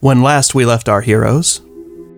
When last we left our heroes,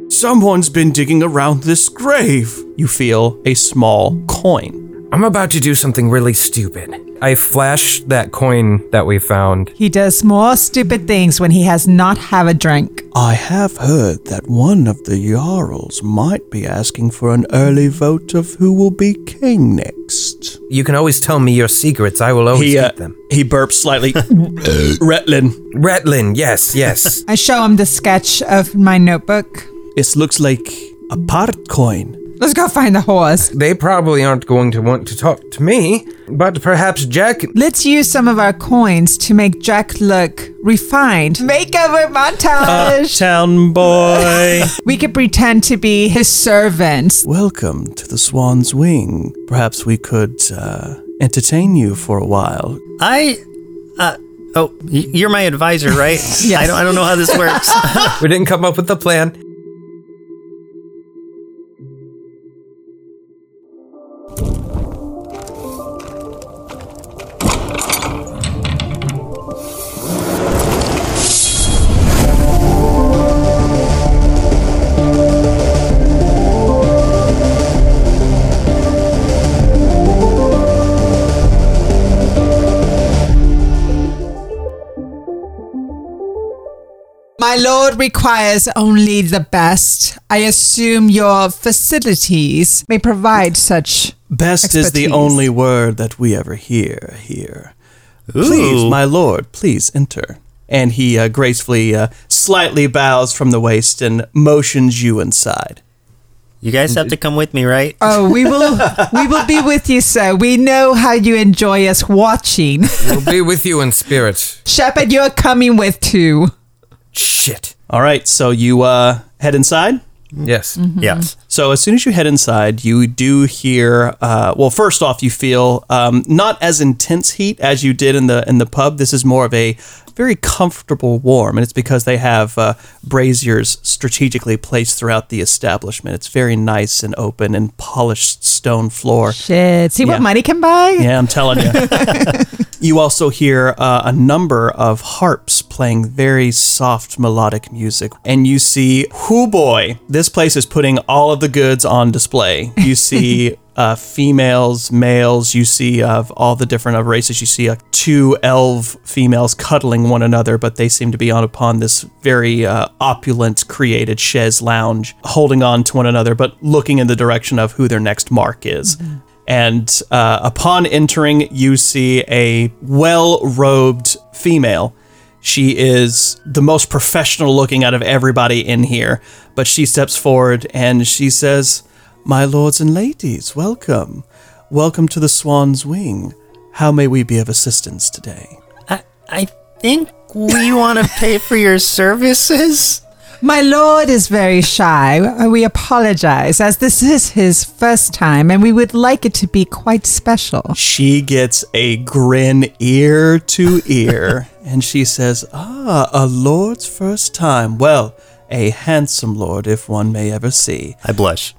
someone's been digging around this grave. You feel a small coin. I'm about to do something really stupid. I flash that coin that we found. He does more stupid things when he has not have a drink. I have heard that one of the Jarls might be asking for an early vote of who will be king next. You can always tell me your secrets. I will always He uh, keep them. he burps slightly. Retlin. Retlin, yes, yes. I show him the sketch of my notebook. It looks like a part coin. Let's go find the horse. they probably aren't going to want to talk to me, but perhaps Jack. Let's use some of our coins to make Jack look refined. Makeover montage. Town boy. we could pretend to be his servants. Welcome to the Swan's Wing. Perhaps we could uh, entertain you for a while. I, uh, oh, y- you're my advisor, right? yeah. I don't, I don't know how this works. We didn't come up with the plan. My lord requires only the best. I assume your facilities may provide such. Best is the Expertise. only word that we ever hear here. Please, Ooh. my lord, please enter. and he uh, gracefully, uh, slightly bows from the waist and motions you inside. You guys have to come with me, right? Oh, we will we will be with you, sir. We know how you enjoy us watching. We'll be with you in spirit. Shepard, you're coming with too. Shit. All right, so you uh, head inside. Yes. Mm-hmm. Yes. So as soon as you head inside, you do hear. Uh, well, first off, you feel um, not as intense heat as you did in the in the pub. This is more of a very comfortable warm, and it's because they have uh, braziers strategically placed throughout the establishment. It's very nice and open and polished stone floor. Shit. See Yeah. what money can buy? Yeah, I'm telling you. you also hear uh, a number of harps playing very soft melodic music, and you see, whoo boy, this place is putting all of the goods on display. You see. Uh, females, males, you see of all the different of races, you see uh, two elf females cuddling one another, but they seem to be on upon this very uh, opulent created chaise lounge, holding on to one another, but looking in the direction of who their next mark is. And uh, upon entering, you see a well robed female. She is the most professional looking out of everybody in here, but she steps forward and she says, My lords and ladies, welcome. Welcome to the Swan's Wing. How may we be of assistance today? I, I think we want to pay for your services. My lord is very shy. We apologize, as this is his first time, and we would like it to be quite special. She gets a grin ear to ear and she says, Ah, a lord's first time. Well, a handsome lord, if one may ever see. I blush.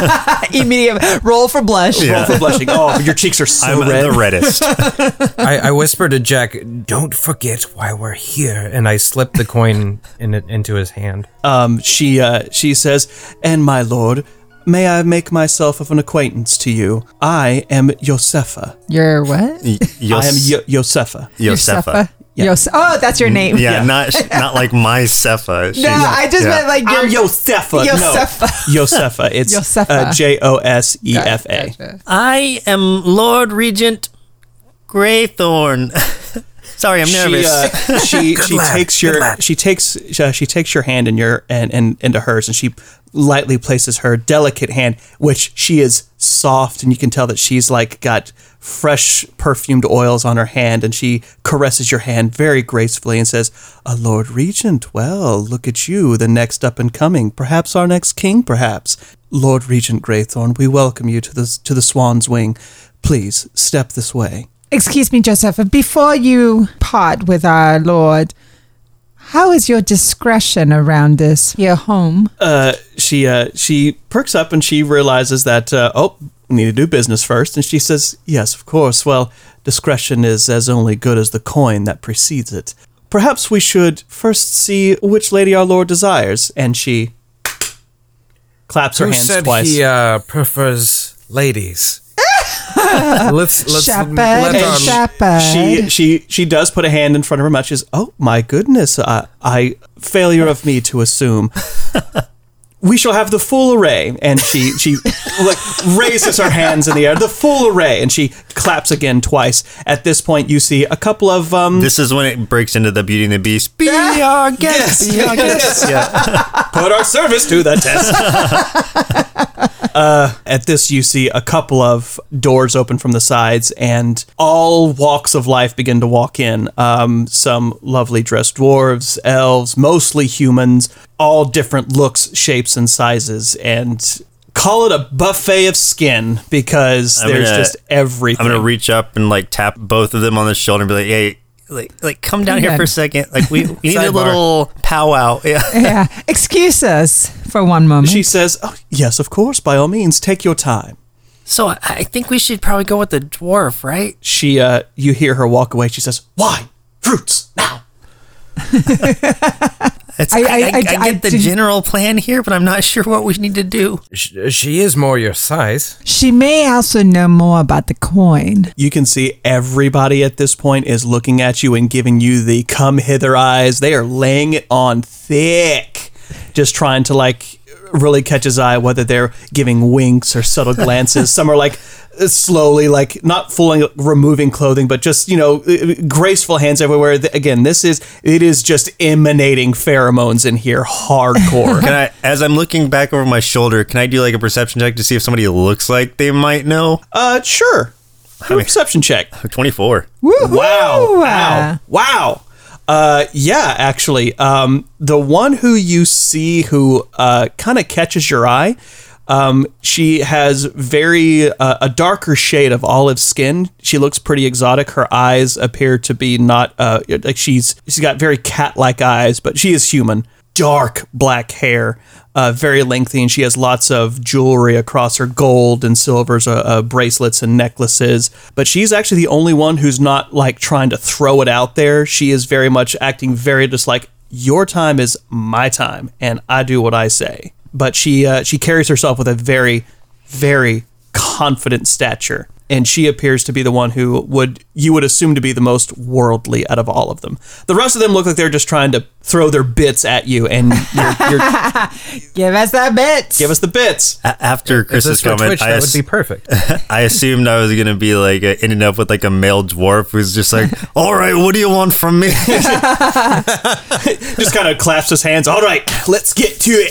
Immediate roll for blush. Roll for blushing. Oh, your cheeks are so I'm red. the reddest. I, I whisper to Jack, "Don't forget why we're here," and I slip the coin in, into his hand. Um, she uh, she says, "And my lord, may I make myself of an acquaintance to you? I am Yosefa. Your what? Y- Yos- I am Yo- Yosefa. Yosefa. Yeah. oh, that's Mm, your name. Yeah, not sh- not like my Sepha. No, I just meant like your I'm Yosefa. Yosefa. No, Yosefa. It's uh, Yosefa. J O S E F A. I am Lord Regent Greythorn. Sorry, I'm She nervous. uh, she she lad, takes good your lad. she takes uh, she takes your hand in your and, and into hers and she lightly places her delicate hand, which she is soft and you can tell that she's like got fresh perfumed oils on her hand and she caresses your hand very gracefully and says, "A Lord Regent, well, look at you, the next up and coming, perhaps our next king, perhaps." Lord Regent Greythorn, we welcome you to the to the Swan's Wing. Please step this way. Excuse me, Joseph. Before you part with our lord, how is your discretion around this? Your home. uh, she uh, she perks up and she realizes that uh, oh we need to do business first and she says yes of course well discretion is as only good as the coin that precedes it Perhaps we should first see which lady our lord desires. And she claps her Who hands said twice. he uh, prefers ladies? let's let's Shepherd, let And our sh- shepherd. She she she does put a hand in front of her mouth. She says, "Oh my goodness, I, I failure of me to assume." We shall have the full array, and she she like raises her hands in the air. The full array, and she claps again twice. At this point, you see a couple of um. This is when it breaks into the Beauty and the Beast. Be our guest. Be our guest. Yeah. put our service to the test. uh, at this, you see a couple of doors open from the sides, and all walks of life begin to walk in. Um, some lovely dressed dwarves, elves, mostly humans, all different looks, shapes, and sizes, and call it a buffet of skin because I'm there's gonna- just everything. I'm gonna reach up and like tap both of them on the shoulder and be like, "Hey, like, like come down here for a second. Like, we, we need a Sidebar. little powwow." Yeah. yeah. Excuse us for one moment. she says, oh, "Yes, of course. By all means, take your time." So I- I think we should probably go with the dwarf, right? she uh you hear her walk away she says wine fruits now It's, I- I, I- I, I, I- I get the didn't- general plan here, but I'm not sure what we need to do. Sh- she is more your size. she may also know more about the coin. you can see everybody at this point is looking at you and giving you the come hither eyes they are laying it on thick just trying to like really catch his eye whether they're giving winks or subtle glances some are like slowly like not fully removing clothing but just you know graceful hands everywhere Th- again this is it is just emanating pheromones in here hardcore Can I, as I'm looking back over my shoulder, can I do like a perception check to see if somebody looks like they might know? uh sure Do a mean- perception check 24. Woohoo! Wow. Wow. Wow. Uh, yeah, actually. Um, the one who you see who uh, kind of catches your eye, um, she has very uh, a darker shade of olive skin. She looks pretty exotic. Her eyes appear to be not uh, like she's she's got very cat-like eyes, but she is human. Dark black hair, uh, very lengthy, and she has lots of jewelry across her gold and silvers, uh, uh, bracelets and necklaces. But she's actually the only one who's not like trying to throw it out there. She is very much acting very just like your time is my time, and I do what I say. But she uh, she carries herself with a very, very confident stature, and she appears to be the one who would you would assume to be the most worldly out of all of them. The rest of them look like they're just trying to throw their bits at you, and you're, you're Give us that bit. give us the bits. A- after If Chris's this were comment, Twitch, I, that ass- would be perfect. I assumed I was going to be like uh, ending up with like a male dwarf who's just like, all right, what do you want from me? Just kind of claps his hands. All right, let's get to it.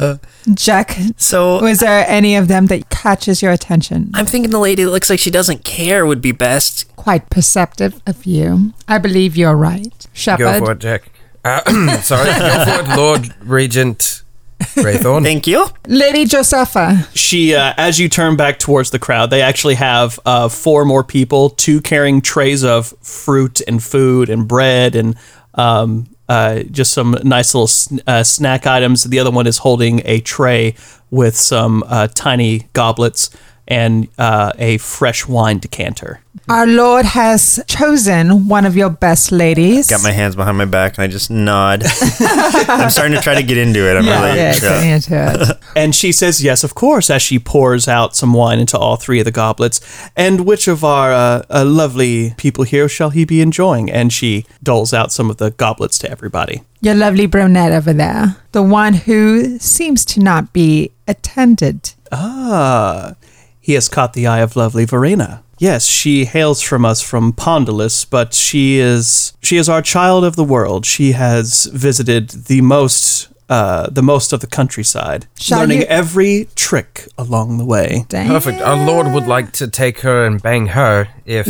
Oh. Jack, so was there any of them that catches your attention? I'm thinking the lady that looks like she doesn't care would be best. Quite perceptive of you. I believe you're right, Go for Shepherd. it, Jack. Uh, sorry, go for it, Lord Regent Greythorn. Thank you. Lady Josepha. She, uh, as you turn back towards the crowd, they actually have uh, four more people, two carrying trays of fruit and food and bread and um, uh, just some nice little sn- uh, snack items. The other one is holding a tray with some uh, tiny goblets and uh, a fresh wine decanter. Our Lord has chosen one of your best ladies. Got my hands behind my back and I just nod. I'm starting to try to get into it. I'm yeah, really. yeah, yeah. getting into it. And she says, Yes, of course, as she pours out some wine into all three of the goblets. And which of our uh, uh, lovely people here shall he be enjoying? And she doles out some of the goblets to everybody. Your lovely brunette over there, the one who seems to not be attended. Ah, he has caught the eye of lovely Verena. Yes, she hails from us from Pondalus, but she is she is our child of the world. She has visited the most uh, the most of the countryside, Shall learning you- every trick along the way. Dang. Perfect. Our Lord would like to take her and bang her if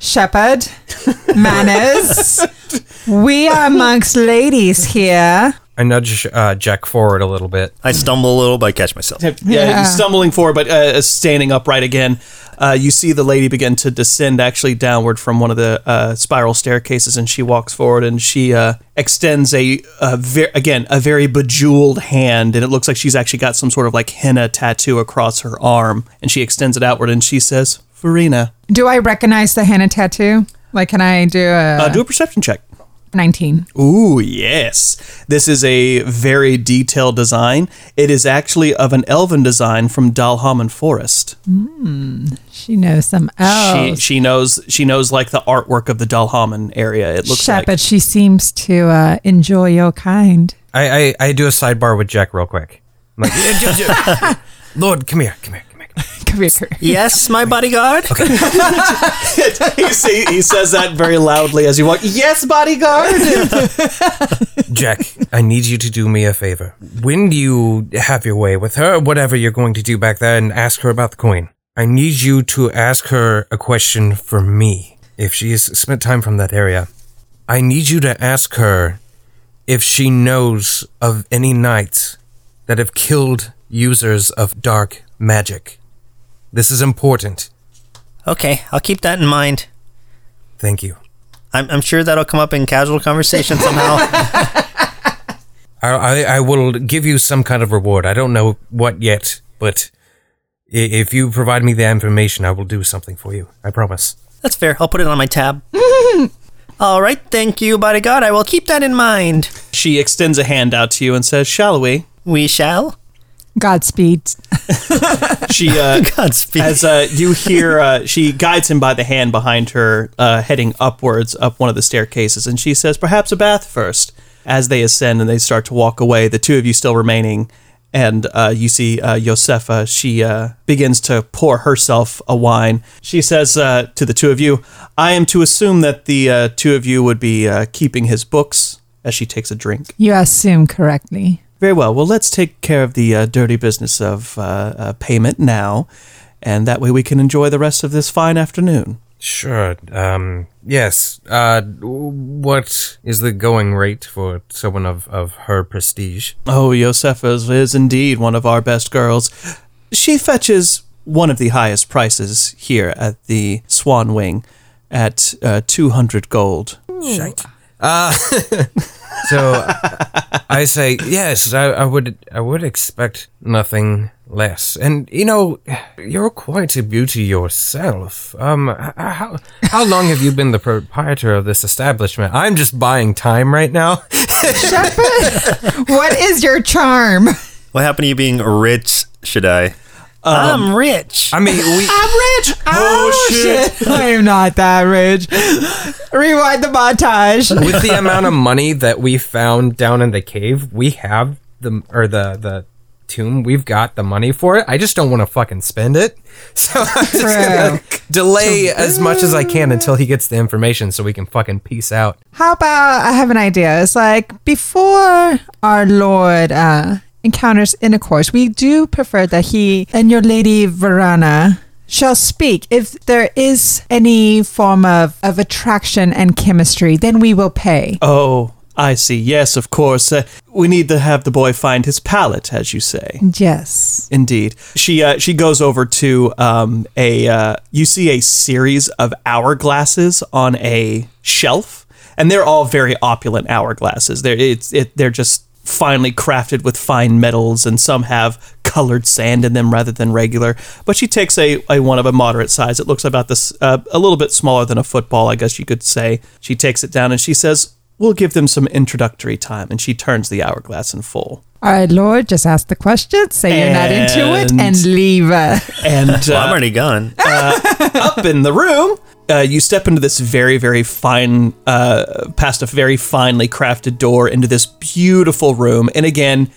Shepherd, manners. we are amongst ladies here. I nudge uh, Jack forward a little bit. I stumble a little, but I catch myself. yeah, Yeah. uh, stumbling forward, but uh, standing upright again. Uh, you see the lady begin to descend actually downward from one of the uh, spiral staircases, and she walks forward and she uh, extends a, a ver- again a very bejeweled hand, and it looks like she's actually got some sort of like henna tattoo across her arm, and she extends it outward and she says, Farina. Do I recognize the henna tattoo? Like, can I do a Uh, do a perception check. 19? Ooh, yes. This is a very detailed design. It is actually of an elven design from Dalhaman Forest. She knows some She, elves. she knows she knows like the artwork of the Dalhaman area. It looks Shepard, like she seems to uh, enjoy your kind. I, I I do a sidebar with Jack real quick. I'm like, "Yeah, Jack, Jack, Lord, come here, come here, come here. come here." Come here. come here. Yes, my bodyguard. he, say- he says that very loudly as you walk. Yes, bodyguard. Jack, I need you to do me a favor. When you have your way with her, whatever you're going to do back there, and ask her about the coin, I need you to ask her a question for me. If she has spent time from that area, I need you to ask her if she knows of any knights that have killed users of dark magic. This is important. okay, I'll keep that in mind. Thank you. I'm, I'm sure that'll come up in casual conversation somehow. I, I, I will give you some kind of reward. I don't know what yet, but i- if you provide me the information, I will do something for you. I promise. That's fair. I'll put it on my tab. All right, thank you, bodyguard. I will keep that in mind. she extends a hand out to you and says, "Shall we?" We shall. Godspeed. She uh, Godspeed. as uh, you hear uh, she guides him by the hand behind her uh, heading upwards up one of the staircases and she says perhaps a bath first as they ascend and they start to walk away the two of you still remaining and uh, you see uh, Josefa, she uh, begins to pour herself a wine. She says uh, to the two of you, I am to assume that the uh, two of you would be uh, keeping his books as she takes a drink. You assume correctly. Very well. Well, let's take care of the uh, dirty business of uh, uh, payment now, and that way we can enjoy the rest of this fine afternoon. Sure. Um, yes. Uh, what is the going rate for someone of, of her prestige? Oh, Josefa is- is indeed one of our best girls. She fetches one of the highest prices here at the Swan Wing at uh, 200 gold. Shite. Uh, so I say yes. I, I would. I would expect nothing less. And you know, you're quite a beauty yourself. Um, h- h- how how long have you been the proprietor of this establishment? I'm just buying time right now. What is your charm? what happened to you being rich, should I? I'm rich. I mean, we. rich. Oh, shit. I am not that rich. Rewind the montage. with the amount of money that we found down in the cave, we have the or the the tomb. We've got the money for it. I just don't want to fucking spend it, so I'm just gonna delay as much as I can until he gets the information, so we can fucking peace out. How about I have an idea? It's like before our Lord uh, encounters intercourse, we do prefer that he and your Lady Varana shall speak. If there is any form of, of attraction and chemistry, then we will pay. Oh, I see. Yes, of course. Uh, we need to have the boy find his palate, as you say. Yes. Indeed, she uh, she goes over to um, a uh, you see a series of hourglasses on a shelf, and they're all very opulent hourglasses. They're it's it, they're just finely crafted with fine metals, and some have colored sand in them rather than regular. But she takes a, a one of a moderate size. It looks about this uh, a little bit smaller than a football, I guess you could say. She takes it down and she says, "We'll give them some introductory time," and she turns the hourglass in full. All right, Lord, just ask the question, say you're not into it, and And- leave. Uh, And well, I'm uh, already gone. up in the room. Uh, you step into this very, very fine, uh, past a very finely crafted door into this beautiful room. And again,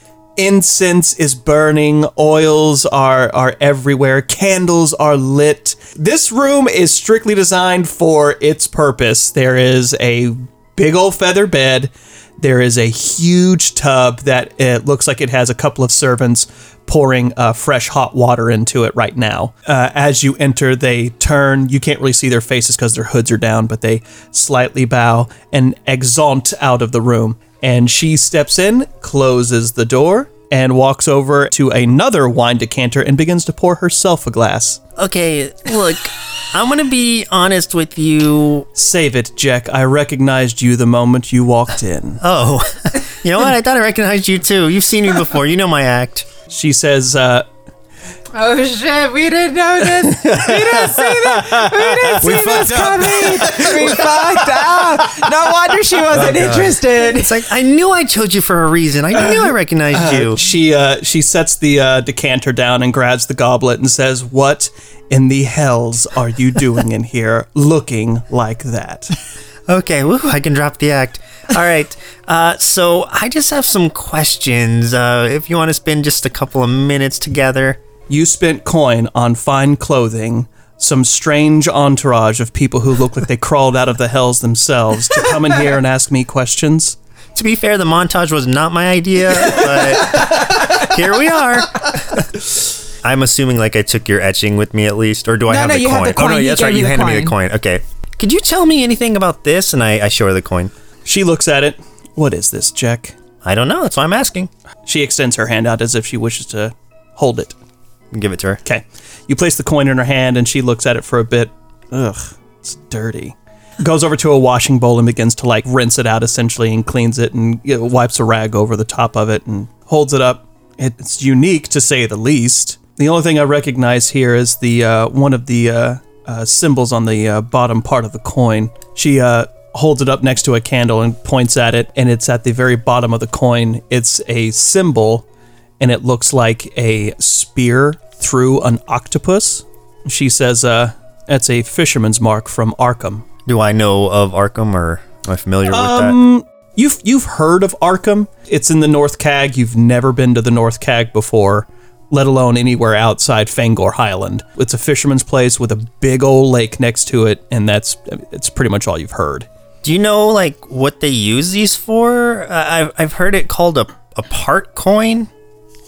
incense is burning, oils are, are everywhere, candles are lit. This room is strictly designed for its purpose. There is a big old feather bed. There is a huge tub that it looks like it has a couple of servants pouring uh, fresh hot water into it right now. Uh, as you enter, they turn. You can't really see their faces because their hoods are down, but they slightly bow and exaunt out of the room. And she steps in, closes the door, and walks over to another wine decanter and begins to pour herself a glass. Okay, look, I'm gonna be honest with you. Save it, Jack. I recognized you the moment you walked in. Oh, you know what? I thought I recognized you too. You've seen me before. You know my act. She says, uh, Oh shit, we didn't know this. We didn't see that. We didn't see this coming. We fucked up. No wonder she wasn't interested. It's like I knew I chose you for a reason. I knew I recognized you. She uh, she sets the uh, decanter down and grabs the goblet and says, "What in the hells are you doing in here, looking like that?" Okay, woo, I can drop the act. All right. Uh, so I just have some questions. Uh, if you want to spend just a couple of minutes together. You spent coin on fine clothing, some strange entourage of people who look like they crawled out of the hells themselves to come in here and ask me questions. To be fair, the montage was not my idea, but here we are. I'm assuming like I took your etching with me at least, or do I No, have no, the you coin? had the Oh no, coin. He that's gave right. you You the handed me the coin. Okay. Could you tell me anything about this? And I, I show her the coin. She looks at it. What is this, Jack? I don't know. That's why I'm asking. She extends her hand out as if she wishes to hold it. Give it to her. Okay. You place the coin in her hand and she looks at it for a bit. Ugh, it's dirty. Goes over to a washing bowl and begins to like rinse it out essentially and cleans it and you know, wipes a rag over the top of it and holds it up. It's unique to say the least. The only thing I recognize here is the uh, one of the uh, uh, symbols on the uh, bottom part of the coin. She uh, holds it up next to a candle and points at it, and it's at the very bottom of the coin. It's a symbol and it looks like a spear through an octopus. She says, uh, that's a fisherman's mark from Arkham. Do I know of Arkham, or am I familiar Um, with You've you've heard of Arkham. It's in the North Cag. You've never been to the North Cag before, let alone anywhere outside Fangor Highland. It's a fisherman's place with a big old lake next to it, and that's it's pretty much all you've heard. that? Do you know like what they use these for? Uh, I've I've heard it called a a part coin.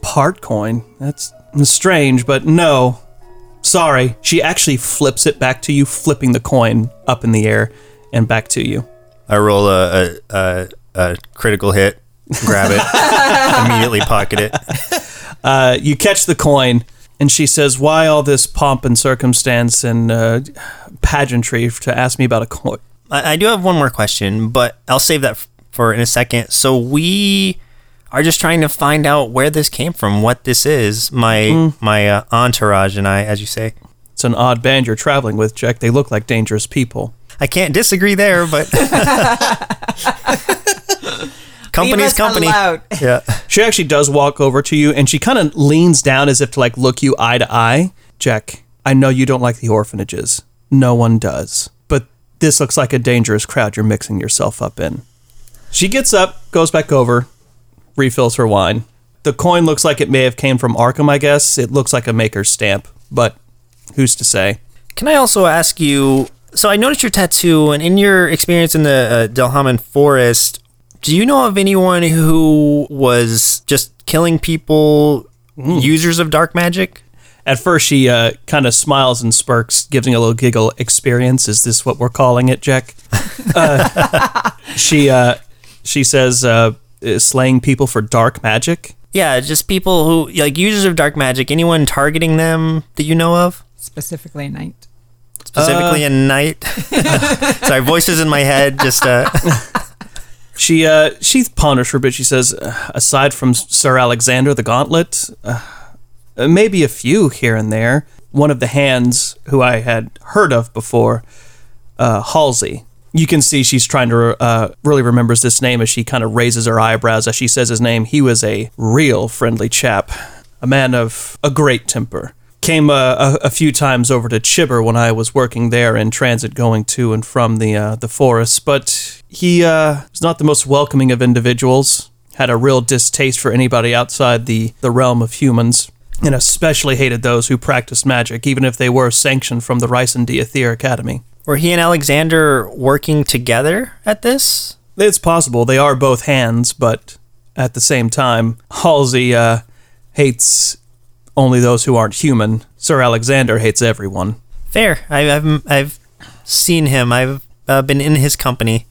part coin. That's strange, but no. Sorry. She actually flips it back to you, flipping the coin up in the air and back to you. I roll a a, a, a critical hit, grab it, immediately pocket it. Uh, you catch the coin, and she says, Why all this pomp and circumstance and uh, pageantry to ask me about a coin? I, I do have one more question, but I'll save that f- for in a second. So we are just trying to find out where this came from, what this is. My my uh, entourage and I, as you say, It's an odd band you're traveling with, Jack. They look like dangerous people. I can't disagree there, but company's company. Yeah. She actually does walk over to you and she kind of leans down as if to like look you eye to eye. Jack, I know you don't like the orphanages. No one does. But this looks like a dangerous crowd you're mixing yourself up in. She gets up, goes back over, refills her wine. The coin looks like it may have came from Arkham, I guess. It looks like a maker's stamp, but who's to say? Can I also ask you? So I noticed your tattoo, and in your experience in the uh, Delhaman forest, do you know of anyone who was just killing people, users of dark magic? At first, she uh, kind of smiles and smirks, giving a little giggle. Experience is this what we're calling it, Jack? uh, she uh, she says, uh, "Slaying people for dark magic." Yeah, just people who like users of dark magic. Anyone targeting them that you know of, Specifically, night. specifically at night. Sorry, voices in my head. Just uh, She uh, she ponders for a bit. She says, "Uh, "Aside from Sir Alexander the Gauntlet, uh, maybe a few here and there. One of the hands who I had heard of before, uh, Halsey." You can see she's trying to uh, really remembers this name as she kind of raises her eyebrows as she says his name. He was a real friendly chap, a man of a great temper. Came uh, a, a few times over to Chibber when I was working there in transit, going to and from the uh, the forest. But he uh, was not the most welcoming of individuals. Had a real distaste for anybody outside the the realm of humans, and especially hated those who practiced magic, even if they were sanctioned from the Ryson Deathir Academy. were he and Alexander working together at this? It's possible they are both hands, but at the same time, Halsey uh, hates only those who aren't human. Sir Alexander hates everyone. Fair. I, I've I've seen him. I've uh, been in his company.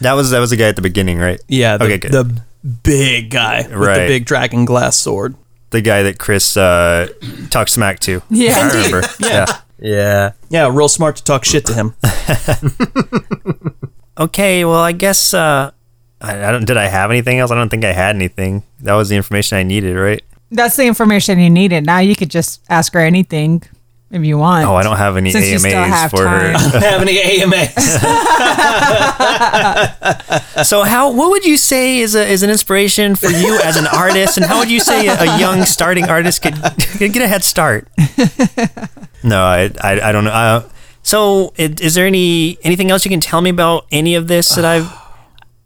that was that was the guy at the beginning, right? Yeah, the, okay, good. The, the big guy with the Right. big dragon glass sword. guy that Chris uh, talked smack to. Yeah. I remember. yeah. Yeah. Yeah, real smart to talk shit to him. Okay. Well, I guess uh, I, I don't. Did I have anything else? I don't think I had anything. That was the information I needed, right? That's the information you needed. Now you could just ask her anything if you want. Oh, I don't have any Since you still AMAs have for her. time. Have any AMAs? So, how what would you say is a, is an inspiration for you as an artist, and how would you say a, a young starting artist could, could get a head start? no, I I, I don't know. Uh, so, it, is there any anything else you can tell me about any of this that I've?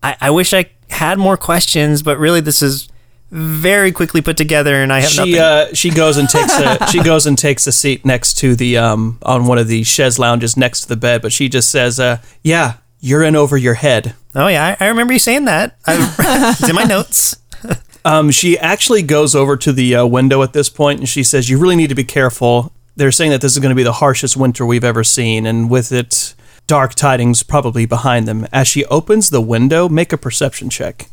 I, I wish I had more questions, but really, this is very quickly put together, and I have nothing. she uh, she goes and takes a she goes and takes a seat next to the um on one of the chaise lounges next to the bed, but she just says, uh, "Yeah, you're in over your head." oh yeah, I, I remember you saying that. I, it's in my notes. Um, she actually goes over to the uh, window at this point and she says, "You really need to be careful." They're saying that this is going to be the harshest winter we've ever seen, and with it, dark tidings probably behind them. As she opens the window, make a perception check.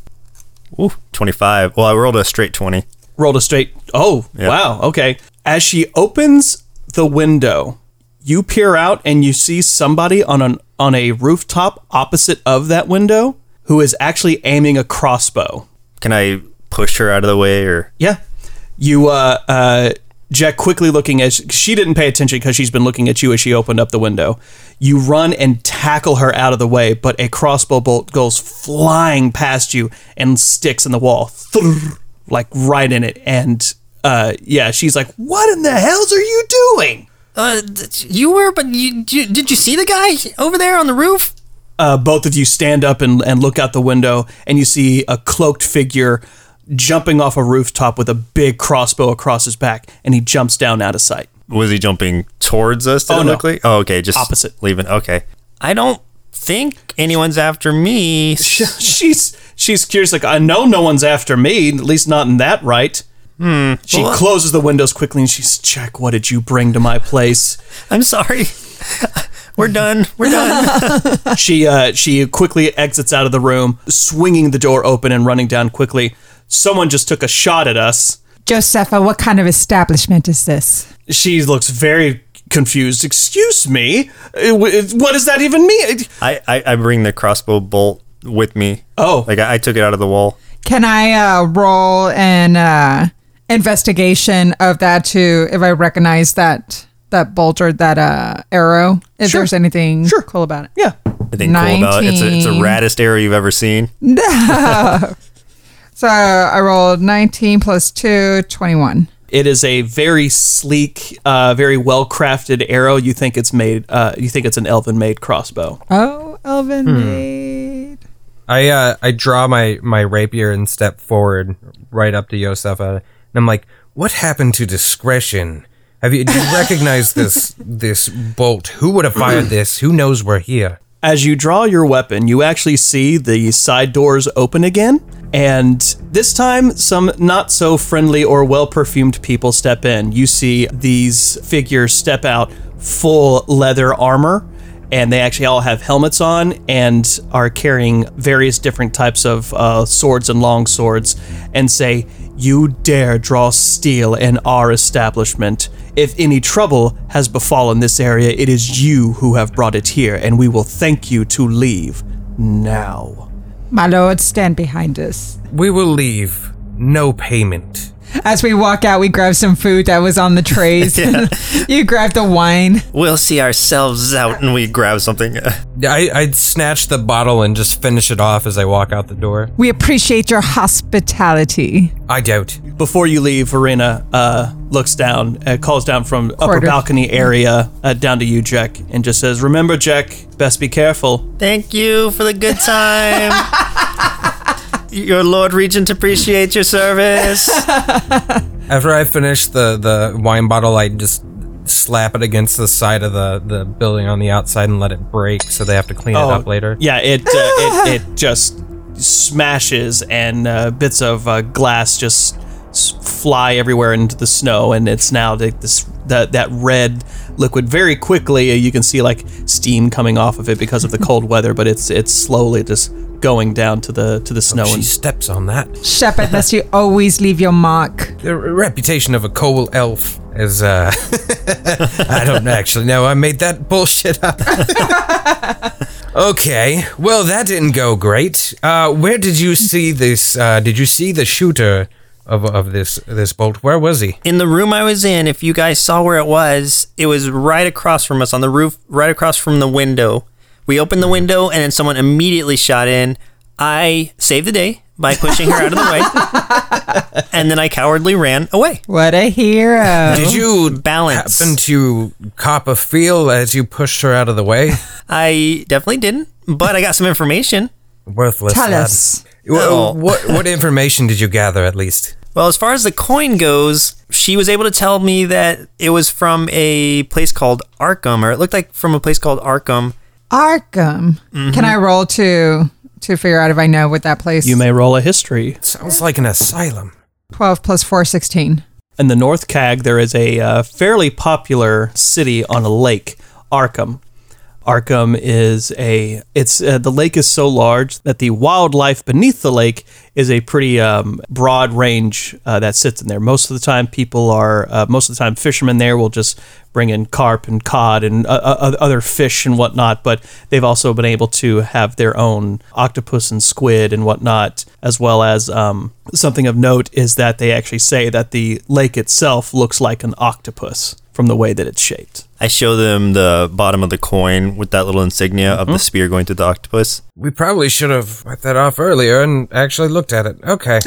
Ooh, 25. Well, I rolled a straight 20. rolled a straight. Oh, wow. Okay. As she opens the window, you peer out and you see somebody on an on a rooftop opposite of that window who is actually aiming a crossbow. Can I push her out of the way or? Yeah. You uh uh Jack quickly looking as she didn't pay attention because she's been looking at you as she opened up the window. You run and tackle her out of the way, but a crossbow bolt goes flying past you and sticks in the wall, Thrrr, like right in it. And uh, yeah, she's like, "What in the hell's are you doing?" Uh, th- you were, but you, you did you see the guy over there on the roof? uh, both of you stand up and, and look out the window, and you see a cloaked figure jumping off a rooftop with a big crossbow across his back, and he jumps down out of sight. Was he jumping towards us? Did Oh, it no. look like? Oh, okay, just Opposite. leaving. Okay, I don't think anyone's after me. She's she's curious, like I know no one's after me, at least not in that right. She closes the windows quickly and she's check. What did you bring to my place? I'm sorry. We're done. We're done. she uh, she quickly exits out of the room, swinging the door open and running down quickly. Someone just took a shot at us. Josepha, what kind of establishment is this? she looks very confused. Excuse me? Uh, wh- What does that even mean? Uh, I, I I bring the crossbow bolt with me. Oh. like I, I took it out of the wall. Can I uh, roll an uh, investigation of that to if I recognize that that bolt or that uh, arrow? If Sure. there's anything Sure. cool about it. Yeah. I think cool about it. It's a, it's a 19. raddest arrow you've ever seen. So I rolled 19 plus 2, 21. It is a very sleek, uh, very well crafted arrow. You think it's made, uh, you think it's an elven made crossbow. Oh, Elvin Hmm. made. I uh, I draw my my rapier and step forward right up to Yosefa, and I'm like, "What happened to discretion? Have you do you recognize this this bolt? Who would have fired this? Who knows we're here?" As you draw your weapon, you actually see the side doors open again. And this time, some not so friendly or well perfumed people step in. You see these figures step out full leather armor, and they actually all have helmets on and are carrying various different types of uh, swords and long swords, and say, You dare draw steel in our establishment. If any trouble has befallen this area, it is you who have brought it here, and we will thank you to leave now. My lord, stand behind us. We will leave. No payment. As we walk out, we grab some food that was on the trays. you grab the wine. We'll see ourselves out, and we grab something. I, I'd snatch the bottle and just finish it off as I walk out the door. We appreciate your hospitality. I doubt. Before you leave, Verena uh, looks down, uh, calls down from upper Corridor. balcony area uh, down to you, Jack, and just says, "Remember, Jack, best be careful." Thank you for the good time. Your Lord Regent appreciates your service. After I finish the, the wine bottle, I just slap it against the side of the, the building on the outside and let it break so they have to clean it up later. Yeah, it uh, it, it just smashes and uh, bits of uh, glass just s- fly everywhere into the snow, and it's now like this that that red liquid. Very quickly, uh, you can see like steam coming off of it because of the cold weather, but it's it's slowly just going down to the to the snow. She and steps on that. Shepard, lest you always leave your mark. The reputation of a coal elf is, uh. I don't actually know. I made that bullshit up. okay. Well, that didn't go great. Uh, where did you see this? Uh, did you see the shooter of, of this this bolt. Where was he? in the room I was in, if you guys saw where it was, it was right across from us on the roof, right across from the window. We opened the window and then someone immediately shot in. I saved the day by pushing her out of the way. And then I cowardly ran away. What a hero. Did you Balance. happen to cop a feel as you pushed her out of the way? I definitely didn't, but I got some information. Worthless. Tell lad. us. No. Well, what what information did you gather at least? Well, as far as the coin goes, she was able to tell me that it was from a place called Arkham, or it looked like from a place called Arkham. Arkham. Can I roll to to figure out if I know what that place You may roll a history. Sounds like an asylum. 12 plus 4 16. In the North Cag, there is a uh, fairly popular city on a lake, Arkham. Arkham is a it's uh, the lake is so large that the wildlife beneath the lake is a pretty um, broad range uh, that sits in there. Most of the time, people are uh, most of the time fishermen there will just bring in carp and cod and uh, uh, other fish and whatnot. But they've also been able to have their own octopus and squid and whatnot, as well as um, something of note is that they actually say that the lake itself looks like an octopus from the way that it's shaped. I show them the bottom of the coin with that little insignia of the spear going through the octopus. We probably should have put that off earlier and actually looked at it. Okay.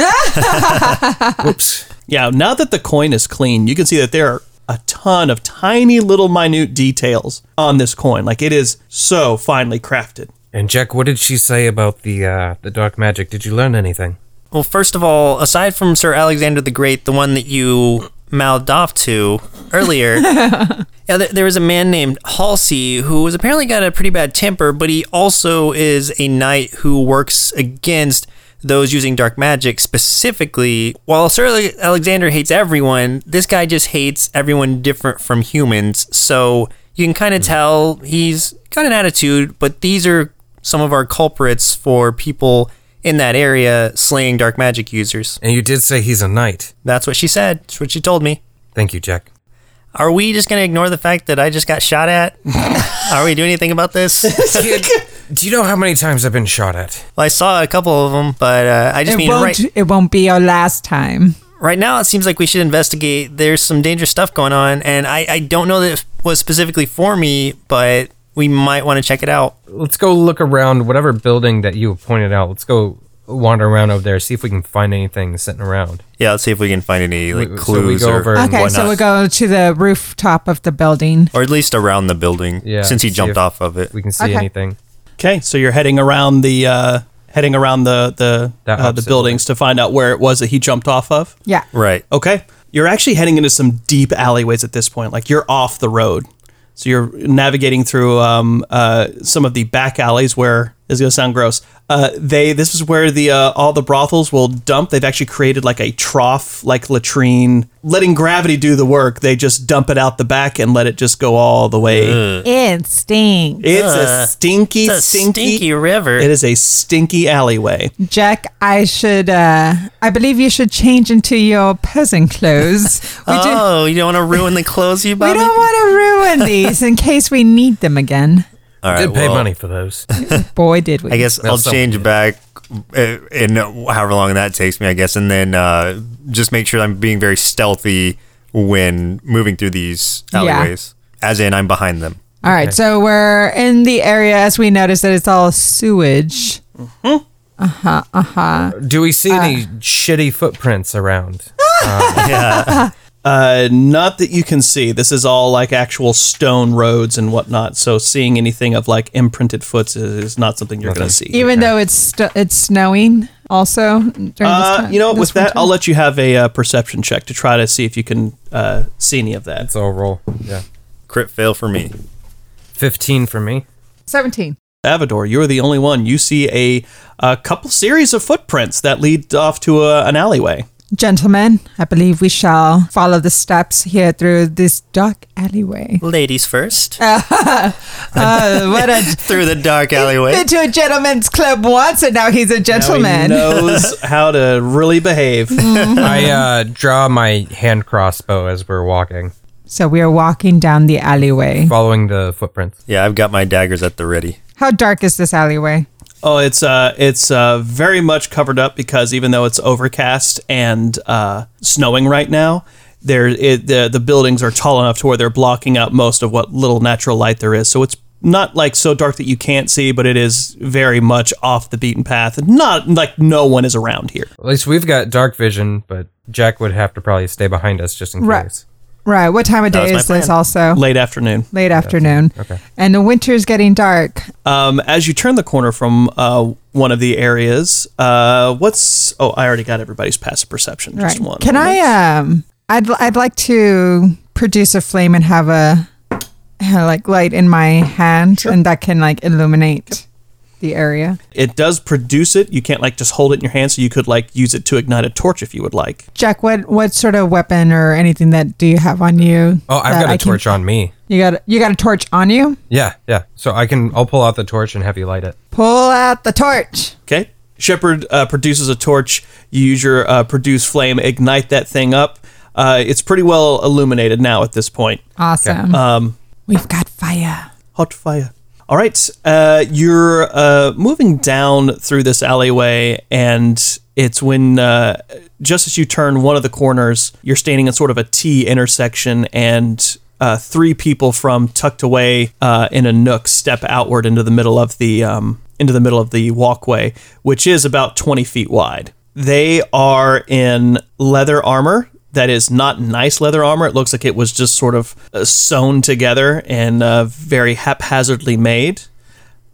Whoops. Yeah, now that the coin is clean, you can see that there are a ton of tiny little minute details on this coin. Like it is so finely crafted. And Jack, what did she say about the uh, the dark magic? Did you learn anything? Well, first of all, aside from Sir Alexander the Great, the one that you mouthed off to earlier, yeah, there, there was a man named Halsey who was apparently got a pretty bad temper, but he also is a knight who works against those using dark magic specifically. While Sir Ale- Alexander hates everyone, this guy just hates everyone different from humans. So you can kind of tell he's got an attitude, but these are some of our culprits for people in that area slaying dark magic users. And you did say he's a knight. That's what she said. That's what she told me. Thank you, Jack. Are we just going to ignore the fact that I just got shot at? Are we doing anything about this? Kid, do you know how many times I've been shot at? Well, I saw a couple of them, but uh, I just It mean won't right it won't be our last time. right now it seems like we should investigate. There's some dangerous stuff going on, and I, I don't know that it was specifically for me, but we might want to check it out. Let's go look around whatever building that you pointed out. Let's go wander around over there, see if we can find anything sitting around. Yeah, let's see if we can find any like So we clues go or- over and Okay, so we'll go to the rooftop of the building. or at least around the building Yeah, since he see jumped if- off of it. If we can see Okay. anything. Okay, so you're heading around the uh, heading around the the That uh, the opposite buildings to find out where it was that he jumped off of. Yeah. Right. Okay, you're actually heading into some deep alleyways at this point. Like you're off the road, so you're navigating through um, uh, some of the back alleys where this is gonna sound gross. Uh, they this is where the uh, all the brothels will dump. They've actually created like a trough, like latrine, letting gravity do the work. They just dump it out the back and let it just go all the way. It stinks. It's a stinky, It's a stinky river. It is a stinky alleyway. Jack, I should uh I believe you should change into your peasant clothes. We do Oh, you don't want to ruin the clothes you we bought? me? don't want to ruin these in case we need them again. All right, did pay well, money for those. Boy, did we. I guess Well, I'll some- change back uh, in however long that takes me, I guess, and then uh, just make sure I'm being very stealthy when moving through these Yeah. alleyways. As in, I'm behind them. All right, so we're in the area as we notice that it's all sewage. do we see any shitty footprints around? Uh, not that you can see. This is all like actual stone roads and whatnot. So seeing anything of like imprinted foots is, is not something you're going to see. Even though it's st- it's snowing also during this Uh, time. you know, this with that, winter. I'll let you have a uh, perception check to try to see if you can uh, see any of that. That's all roll. Yeah. Crit fail for me. 15 for me. 17. Avador, you're the only one. You see a, a couple series of footprints that lead off to a, an alleyway. Gentlemen, I believe we shall follow the steps here through this dark alleyway. Ladies first. Oh, what a Through the dark alleyway. been to a gentleman's club once and now he's a gentleman. Now he knows how to really behave. I uh, draw my hand crossbow as we're walking, So we are walking down the alleyway. following the footprints. Yeah, I've got my daggers at the ready. How dark is this alleyway? Oh, it's uh, it's uh, very much covered up because even though it's overcast and uh, snowing right now, there it, the the buildings are tall enough to where they're blocking out most of what little natural light there is. So it's not like so dark that you can't see, but it is very much off the beaten path. Not like no one is around here. At least we've got dark vision, but Jack would have to probably stay behind us just in Right. case. Right. What time of That day was is my this? plan. Also Late afternoon. late afternoon. Okay. And the winter's getting dark. Um, as you turn the corner from uh, one of the areas, uh, what's oh, I already got everybody's passive perception. Just Right. one. Can I um I'd I'd like to produce a flame and have a like light in my hand and that can like illuminate the area. It does produce it. You can't like just hold it in your hand, so you could like use it to ignite a torch if you would like. Jack, what what sort of weapon or anything that do you have on you? Oh, I've that got a I can- torch on me. You got you got a torch on you? Yeah, yeah. So I can. I'll pull out the torch and have you light it. Pull out the torch. Okay. Shepard uh, produces a torch. You use your uh, produce flame, ignite that thing up. Uh, it's pretty well illuminated now at this point. Awesome. Um, We've got fire. hot fire. All right, uh, you're uh, moving down through this alleyway, and it's when uh, just as you turn one of the corners, you're standing in sort of a T intersection, and uh, three people from tucked away uh, in a nook step outward into the middle of the um, into the middle of the walkway, which is about 20 feet wide. They are in leather armor that is not nice leather armor. It looks like it was just sort of uh, sewn together and uh, very haphazardly made.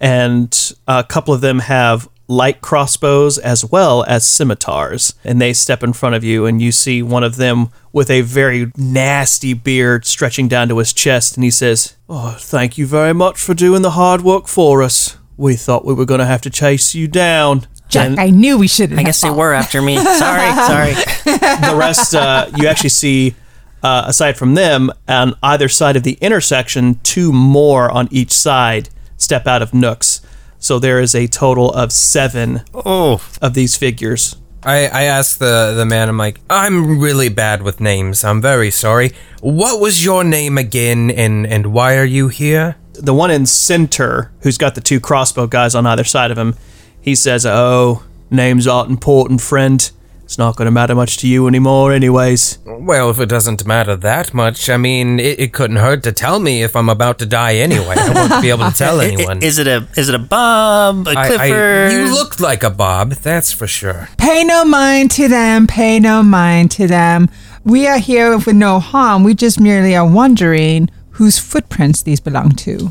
And a couple of them have light crossbows as well as scimitars. And they step in front of you, and you see one of them with a very nasty beard stretching down to his chest. And he says, Oh, thank you very much for doing the hard work for us. We thought we were going to have to chase you down. Jack, And- I knew we shouldn't. I guess they have were after me. Sorry, sorry. the rest uh, you actually see uh, aside from them on either side of the intersection two more on each side step out of nooks so there is a total of seven Oh, of these figures I, I asked the, the man, I'm like, I'm really bad with names. I'm very sorry. What was your name again, and, and why are you here? the one in center who's got the two crossbow guys on either side of him he says oh names aren't important friend it's not going to matter much to you anymore anyways Well, if it doesn't matter that much, I mean, it, it couldn't hurt to tell me if I'm about to die anyway. I won't be able to tell i- anyone. is it a is it a Bob? A I- I- Clifford? you looked like a Bob, that's for sure. Pay no mind to them. Pay no mind to them. We are here with no harm. We just merely are wondering whose footprints these belong to.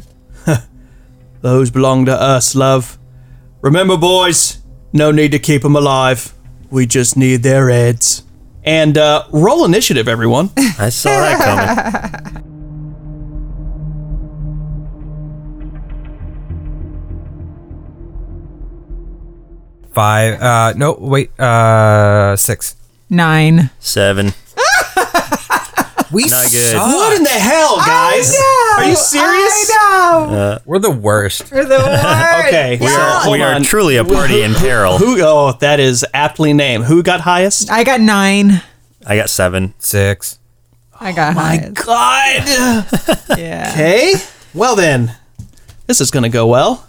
those belong to us love remember boys no need to keep them alive we just need their heads and uh, roll initiative everyone I saw that coming. Five, uh, no, wait, uh, six. Nine. Seven. We Not good. suck. What in the hell, guys? Are you serious? I know. We're the worst. You're the worst. Okay, Yeah. so hold we are on. truly a party in peril. Who? Oh, that is aptly named. Who got highest? I got nine. I got seven. Six. I got highs. Oh God. Yeah. Okay. Well then, this is gonna go well.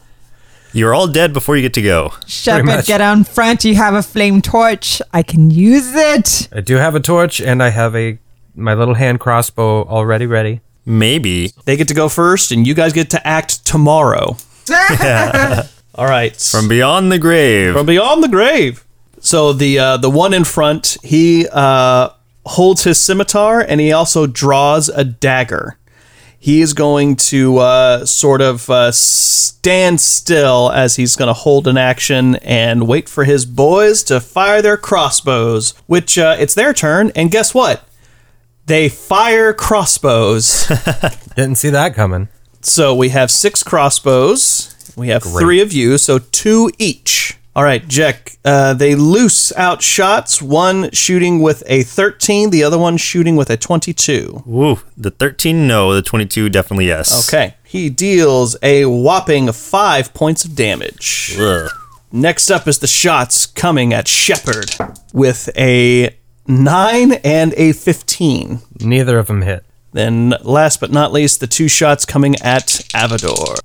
You're all dead before you get to go. Shepard, much. get on front. You have a flame torch. I can use it. I do have a torch, and I have a my little hand crossbow already ready. Maybe They get to go first, and you guys get to act tomorrow. All right. from beyond the grave. from beyond the grave. So the uh, the one in front, he uh, holds his scimitar and he also draws a dagger. He is going to uh, sort of uh, stand still as he's going to hold an action and wait for his boys to fire their crossbows. Which uh, it's their turn, and guess what? They fire crossbows. Didn't see that coming. So we have six crossbows. We have three of you, so two each. All right, Jack. Uh, they loose out shots. One shooting with a 13, the other one shooting with a 22. Woo. The 13, no. The 22, definitely yes. Okay. He deals a whopping five points of damage. Ugh. Next up is the shots coming at Shepard with a 9 and a 15. Neither of them hit. Then, last but not least, the two shots coming at Avador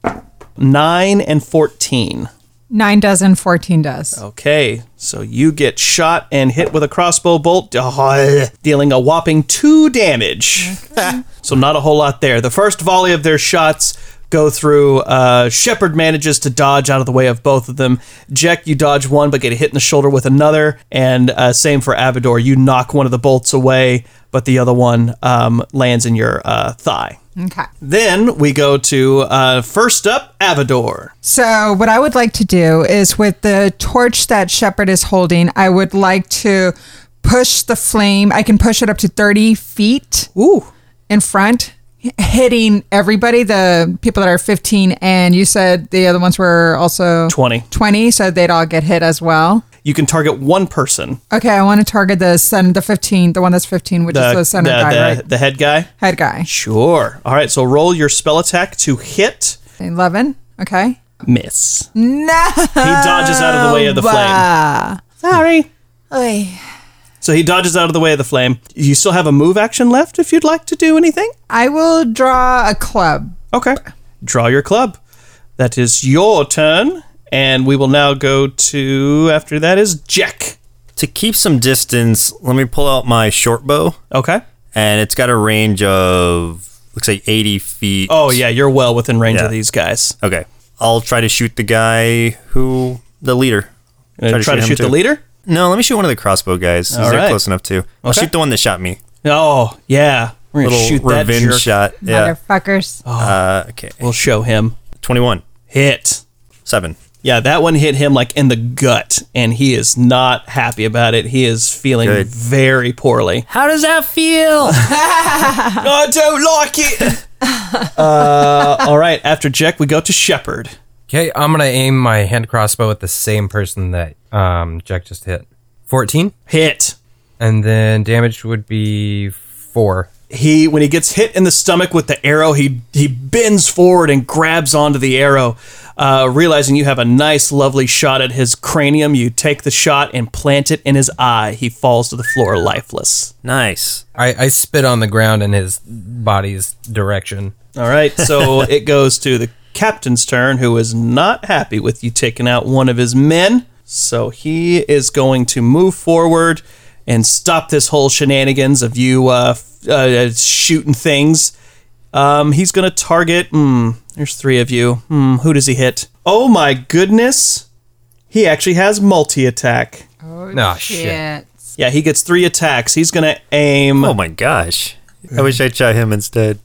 9 and 14. Nine dozen, 14 does. Okay, so you get shot and hit with a crossbow bolt, ah, dealing a whopping two damage. so not a whole lot there. The first volley of their shots go through. Uh, Shepard manages to dodge out of the way of both of them. Jack, you dodge one but get hit in the shoulder with another, and uh, same for Avador. You knock one of the bolts away, but the other one um, lands in your uh, thigh. Okay. Then we go to uh, first up, Avador. So, what I would like to do is with the torch that Shepard is holding, I would like to push the flame. I can push it up to 30 feet Ooh. in front, h- hitting everybody, the people that are 15. And you said the other ones were also 20. 20, so they'd all get hit as well. You can target one person Okay, I want to target the son, the 15, the one that's 15, which is the center guy, the, right? the head guy. Head guy. Sure. All right. So roll your spell attack to hit. 11. Okay. Miss. He No. dodges out of the way of the flame. Sorry. So he dodges out of the way of the flame. You still have a move action left if you'd like to do anything. I will draw a club. Okay. Draw your club. That is your turn. And we will now go to, after that is Jack. To keep some distance, let me pull out my short bow, Okay. and it's got a range of looks like 80 feet. Oh, yeah. You're well within range Yeah. of these guys. Okay. I'll try to shoot the guy who the leader. Uh, Try to, him, shoot the too. leader? No, let me shoot one of the crossbow guys. 'cause All They're right. close enough too. I'll Okay. shoot the one that shot me. Oh, yeah. We're going to Little shoot that revenge jerk. shot. Yeah. Motherfuckers. Uh, okay. We'll show him. 21. Hit. 7. Yeah, that one hit him like in the gut, and he is not happy about it. He is feeling Good. very poorly. How does that feel? I don't like it. uh, all right, after Jack, we go to Shepard. Okay, I'm gonna aim my hand crossbow at the same person that um Jack just hit. Fourteen, Hit. and then damage would be four. He when he gets hit in the stomach with the arrow, he he bends forward and grabs onto the arrow, uh, realizing you have a nice, lovely shot at his cranium. You take the shot and plant it in his eye. He falls to the floor lifeless. nice. I, I spit on the ground in his body's direction. All right, so it goes to the captain's turn, who is not happy with you taking out one of his men. So he is going to move forward and stop this whole shenanigans of you uh, f- uh, shooting things. Um, he's going to target. Hmm, there's three of you. Hmm, who does he hit? Oh my goodness! He actually has multi attack. No shit. Yeah, he gets three attacks. He's going to aim. Oh my gosh. I wish I shot him instead.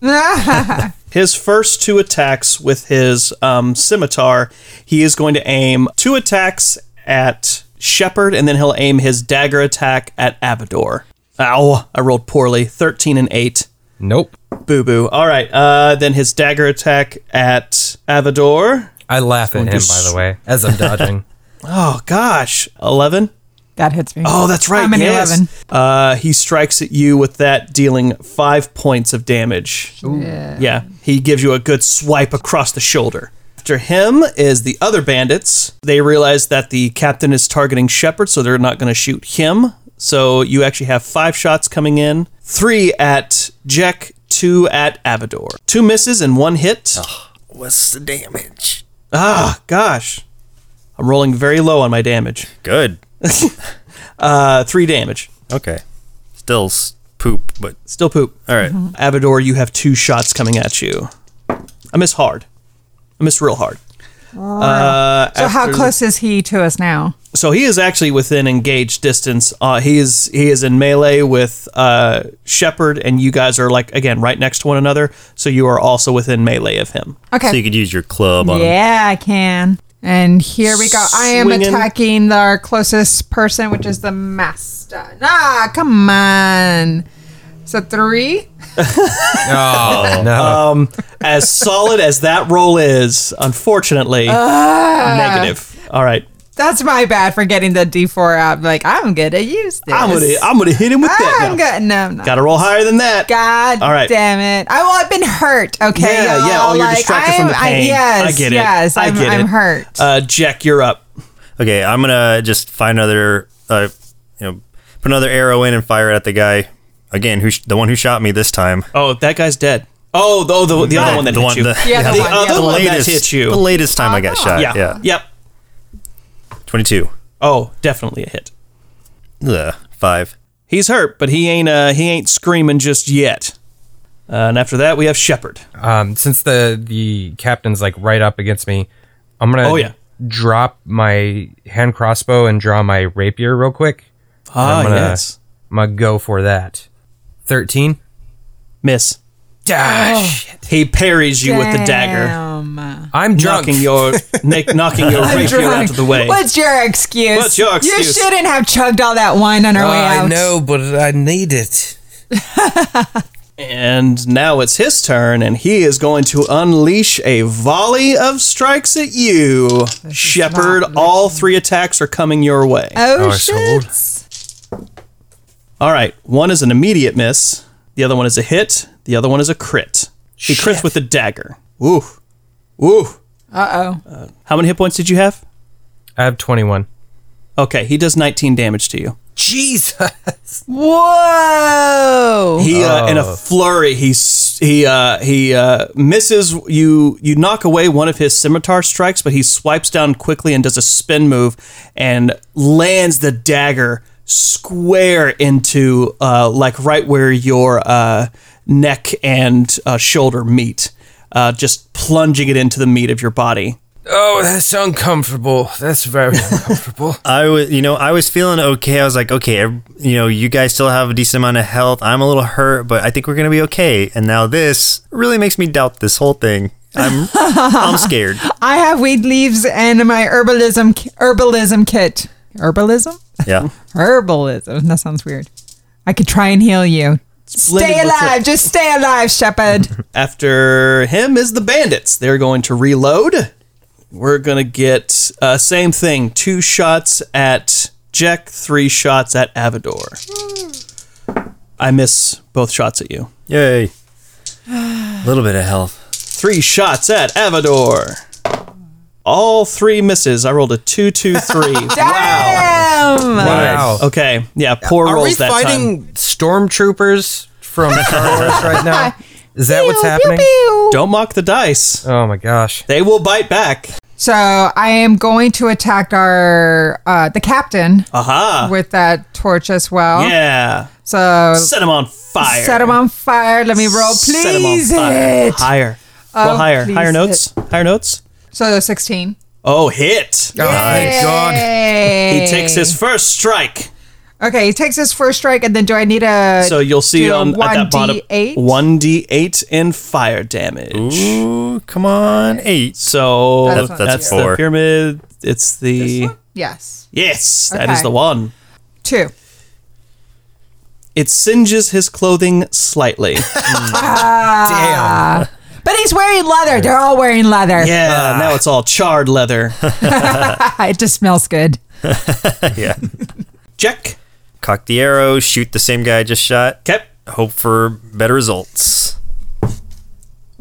his first two attacks with his um, scimitar, he is going to aim two attacks at Shepard, and then he'll aim his dagger attack at Abador. Ow, I rolled poorly. 13 and 8. Nope. Boo boo. All right, uh, then his dagger attack at Avador. I laugh at him, by to the way, as I'm dodging. Oh, gosh. 11? That hits me. Oh, that's right. I'm an yes. 11. Uh, he strikes at you with that, dealing five points of damage. Yeah. He gives you a good swipe across the shoulder. After him is the other bandits. They realize that the captain is targeting Shepard, so they're not going to shoot him. So you actually have five shots coming in three at Jack, two at Avador. Two misses and one hit. What's the damage? Ah, gosh. I'm rolling very low on my damage. Good. Uh, three damage. Okay. Still s- poop, but Still poop. all right. Avador, you have two shots coming at you. I miss hard. I miss real hard. Uh, So, how after- close is he to us now? So he is actually within engaged distance. Uh, he is he is in melee with uh, Shepard, and you guys are like again right next to one another. So you are also within melee of him. Okay. So you could use your club on him. yeah, I can. And here we go. I am Swinging. attacking our closest person, which is the master. Ah, come on. So, three. oh no. As solid as that roll is, unfortunately, negative. All right, That's my bad for getting the D4 out. Like, I'm going to use this. I'm gonna I'm gonna hit him with that. Ah, I'm now. good. No, no. Gotta roll higher than that. God All right. damn it. I, well, I've been hurt, okay? Yeah, yeah. y'all? Oh, you're distracted from the I'm- pain. I, yes, I get it. Yes, I I'm, get it. I'm hurt. Uh, Jack, you're up. Okay, I'm gonna just find another, uh, you know, put another arrow in and fire at the guy again, who sh- the one who shot me this time. Oh, that guy's dead. Oh, the the, the other one that hit you. The, Yeah, the the one, yeah, other the one latest that hit you. The latest time I got shot. yeah. Yeah. Yep. 22. Oh, definitely a hit. Ugh, five. He's hurt, but he ain't uh, he ain't screaming just yet. Uh, and after that, we have Shepard. Um, since the the captain's like right up against me, I'm gonna Oh, yeah. drop my hand crossbow and draw my rapier real quick. Ah, I'm gonna- yes, I'm gonna go for that. Thirteen. miss. Dash. He parries you with the dagger, I'm drunk. knocking your neck, knocking your rapier out of the way. What's your excuse? What's your excuse? You shouldn't have chugged all that wine on our way out. Oh, I know, but I need it. And now it's his turn, and he is going to unleash a volley of strikes at you, Shepard. not All three attacks are coming your way. Oh, I sold. shit. All right, one is an immediate miss. The other one is a hit. The other one is a crit. He crits with a dagger. Ooh, ooh. Uh oh. How many hit points did you have? I have 21. Okay, he does 19 damage to you. Jesus. Whoa. He uh, in a flurry he s- he uh, he uh, misses you. You knock away one of his scimitar strikes, but he swipes down quickly and does a spin move and lands the dagger square into uh, like right where your uh, neck and uh, shoulder meet, uh, just plunging it into the meat of your body. Oh, that's uncomfortable. That's very uncomfortable. I was, you know, I was feeling okay. I was like, okay, ev- you know, you guys still have a decent amount of health. I'm a little hurt, but I think we're gonna be okay. And now this really makes me doubt this whole thing. I'm, I'm scared. I have weed leaves and my herbalism herbalism kit. Herbalism? Yeah. Herbalism. That sounds weird. I could try and heal you. Blended stay with it. alive. Just stay alive, Shepard. After him is the bandits. They're going to reload. We're going to get uh, same thing two shots at Jack, three shots at Avador. I miss both shots at you. Yay. A little bit of health. Three shots at Avador. All three misses. I rolled a two, two, three. wow. Damn. Wow. Okay. Yeah. Poor Are we rolls that time. fighting stormtroopers from Star Wars right now? Is that what's Pew, happening? pew, pew. Don't mock the dice. Oh my gosh. They will bite back. So I am going to attack our uh, the captain Aha. with that torch as well. Uh. Yeah. So Set him on fire. set him on fire. Let me roll, please. Set 'em on fire. Hit. Higher. Oh, well, higher. please Higher notes. Higher notes. So sixteen. Oh, hit. Oh my god. He Hey. takes his first strike. Okay, he takes his first strike, and then do I need a? So you'll see do a on at that bottom 1d8? 1d8 in fire damage. Ooh, come on, eight. So That's that's, what- the Four. pyramid. It's the Yes, Yes, that is Okay. the one. two. It singes his clothing slightly. Damn. But he's wearing leather. They're all wearing leather. yeah, Uh, now it's all charred leather. it just smells good. Check. Cock the arrow. Shoot the same guy I just shot. Kep. Hope for better results.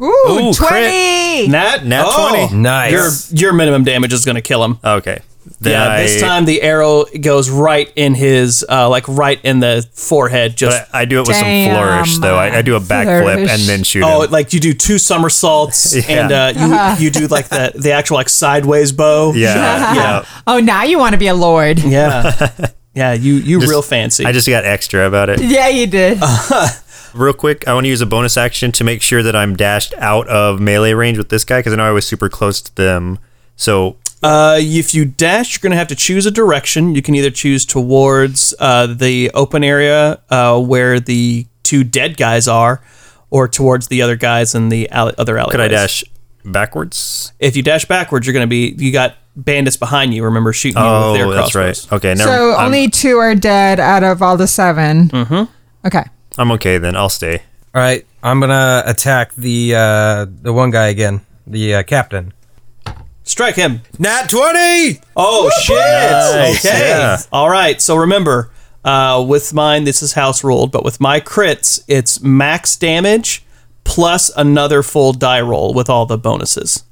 Ooh, Ooh, twenty. Nat, Nat 20. Nice. Oh, Your your minimum damage is going to kill him. Okay. Then Yeah, I- Uh, this time the arrow goes right in his, uh, like right in the forehead. Just But I do it with Damn. some flourish, though. I, I do a backflip and Flourish. then shoot oh, him. like you do two somersaults Yeah. and uh, you you do like the the actual like sideways bow. Yeah, yeah. Oh, now you want to be a lord? yeah, yeah. You you Just- real fancy. I just got extra about it. Yeah, you did. Uh, Real quick, I want to use a bonus action to make sure that I'm dashed out of melee range with this guy because I know I was super close to them. So uh, if you dash, you're gonna have to choose a direction. You can either choose towards uh, the open area uh, where the two dead guys are, or towards the other guys in the alley- other alley. could I dash backwards? If you dash backwards, you're gonna be you got bandits behind you. Remember shooting you with Oh, their that's crossbows. right. Okay, never. so I'm, only two are dead out of all the 7 Mm-hmm. Okay. I'm okay then. I'll stay. All right, I'm going to attack the uh the one guy again, the uh, captain. Strike him. Nat 20. Oh shit! Nice, Okay. yeah. All right. So remember, uh, with mine this is house ruled, but with my crits, it's max damage plus another full die roll with all the bonuses.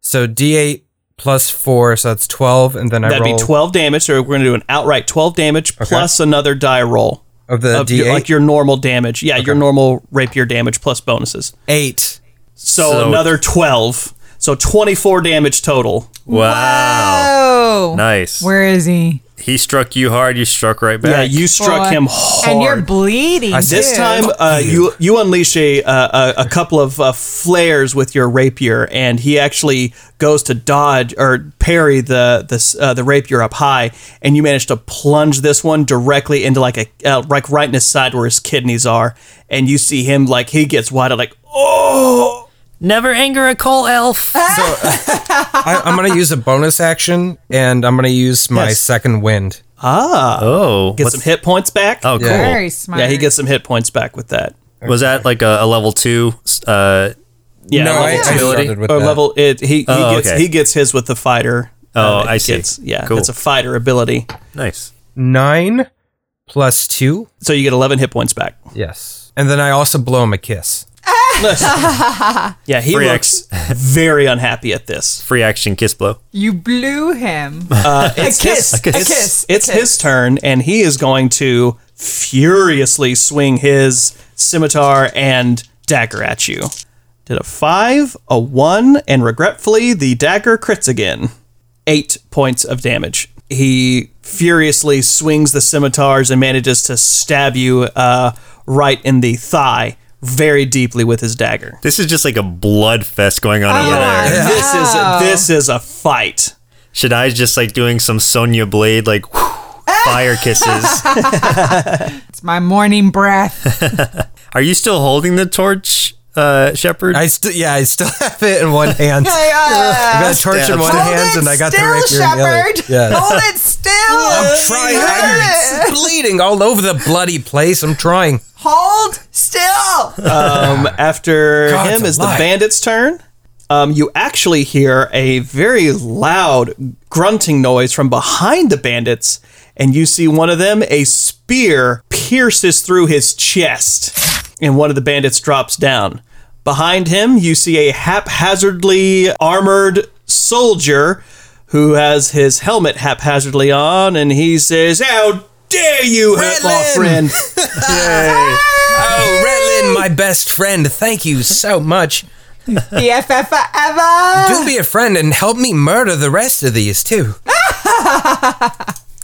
So D8 plus 4, so that's 12 and then I That'd roll be twelve damage. So we're gonna do an outright twelve damage plus another die roll of the of D8 your, like your normal damage. Yeah, your normal rapier damage plus bonuses. 8. So, So- another twelve. So 24 damage total. Wow. Oh. Nice. Where is he? He struck you hard. You struck right back. Yeah, you struck Boy. him hard. Oh, And you're bleeding. I- This too. time, uh, you you unleash a uh, a, a couple of uh, flares with your rapier, and he actually goes to dodge or parry the this uh, the rapier up high, and you manage to plunge this one directly into like a uh, like right in his side where his kidneys are, and you see him like he gets wide like oh Never anger a coal elf. Ah! I, I'm gonna use a bonus action, and I'm gonna use my Yes. second wind. oh. get what's- some hit points back. oh, cool. Yeah. Very smart. yeah, he gets some hit points back with that. Was that like a, a level two? Uh, Yeah, no, I, I level two. started with or that. level it he, he Oh, gets okay. he gets his with the fighter. Oh, he I see. Gets, yeah, Cool. that's a fighter ability. nice. nine plus two. So you get 11 hit points back. Yes, and then I also blow him a kiss. Yeah, he Free looks very unhappy at this. Free action kiss blow. you blew him. Uh, it's a kiss. his, A kiss. A kiss. It's A kiss. his turn, and he is going to furiously swing his scimitar and dagger at you. Did a five, a one, and regretfully, the dagger crits again. Eight points of damage. He furiously swings the scimitars and manages to stab you uh, right in the thigh very deeply with his dagger. This is just like a blood fest going on Oh, over there. This is a, this is a fight. Shadai's just like doing some Sonya Blade, like whew, fire kisses. it's my morning breath. Are you still holding the torch, uh, Shepard? I still, yeah, I still have it in one hand. Hey, I uh, got a torch in one hold hand, it and I got the rapier in still, the other. Shepherd. Yeah. Hold it still. I'm trying. I'm bleeding all over the bloody place. I'm trying. Hold still. Um, after God, it's him a is the lot. bandit's turn. Um, you actually hear a very loud grunting noise from behind the bandits, and you see one of them, a spear, pierces through his chest, and one of the bandits drops down. Behind him, you see a haphazardly armored soldier who has his helmet haphazardly on, and he says, How dare you hurt my Redland!" friend! Oh, Redlin, my best friend, thank you so much. BFF forever. Do be a friend and help me murder the rest of these too.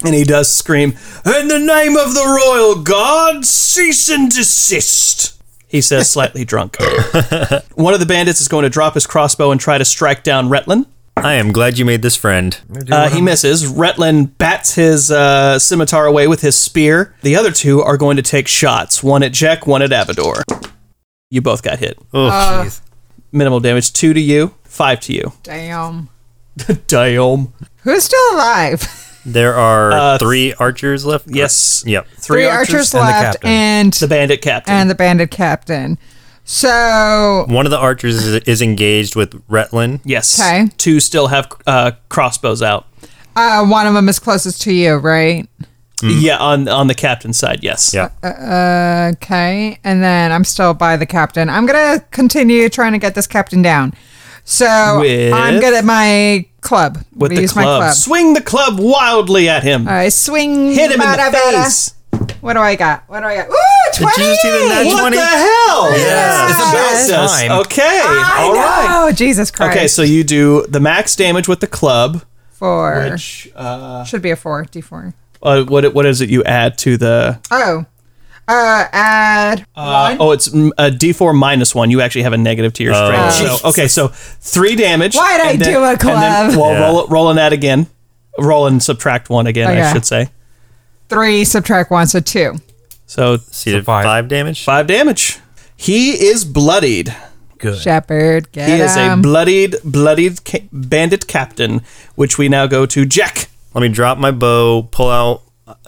And he does scream, In the name of the royal god, cease and desist, he says, slightly drunk. One of the bandits is going to drop his crossbow and try to strike down Retlin. I am glad you made this friend. Uh, he misses. Retlin bats his uh, scimitar away with his spear. The other two are going to take shots one at Jack, one at Avador. You both got hit. Oh, Uh, Minimal damage two to you, five to you. Damn. Damn. Who's still alive? There are Uh, three archers left. Yes. Yep. Three, archers, archers, and the left captain. and the bandit captain. and the bandit captain. So One of the archers is, is engaged with Retlin. yes. Okay. Two still have uh, crossbows out. uh, one of them is closest to you, right? Yeah, on on the captain's side, yes. Yeah. Okay, and then I'm still by the captain. I'm gonna continue trying to get this captain down. So With- I'm good at my club. I'm With gonna the use club. my club. Swing the club wildly at him. I swing. Hit him in bada, the bada. face. What do I got? What do I got? Ooh, Did you just see the nat twenty. What 20? the hell? Yeah. It's Yes. about time. Okay. I all know. right. Jesus Christ. Okay, so you do the max damage with the club, four which uh, should be a four. D four. uh what what is it you add to the Oh, uh, add uh, oh it's mm, a d4 minus 1. You actually have a negative to your strength. So okay, so 3 damage. Why'd I and do a and then- club? well, Yeah. roll rolling that again. Roll and subtract 1 again, I Okay. should say. three, subtract one, so two. So See, did five. five. damage. 5 damage. He is bloodied. Shepherd, get He is a him. bloodied, bloodied ca- bandit captain, which we now go to Jack. Let me drop my bow, pull out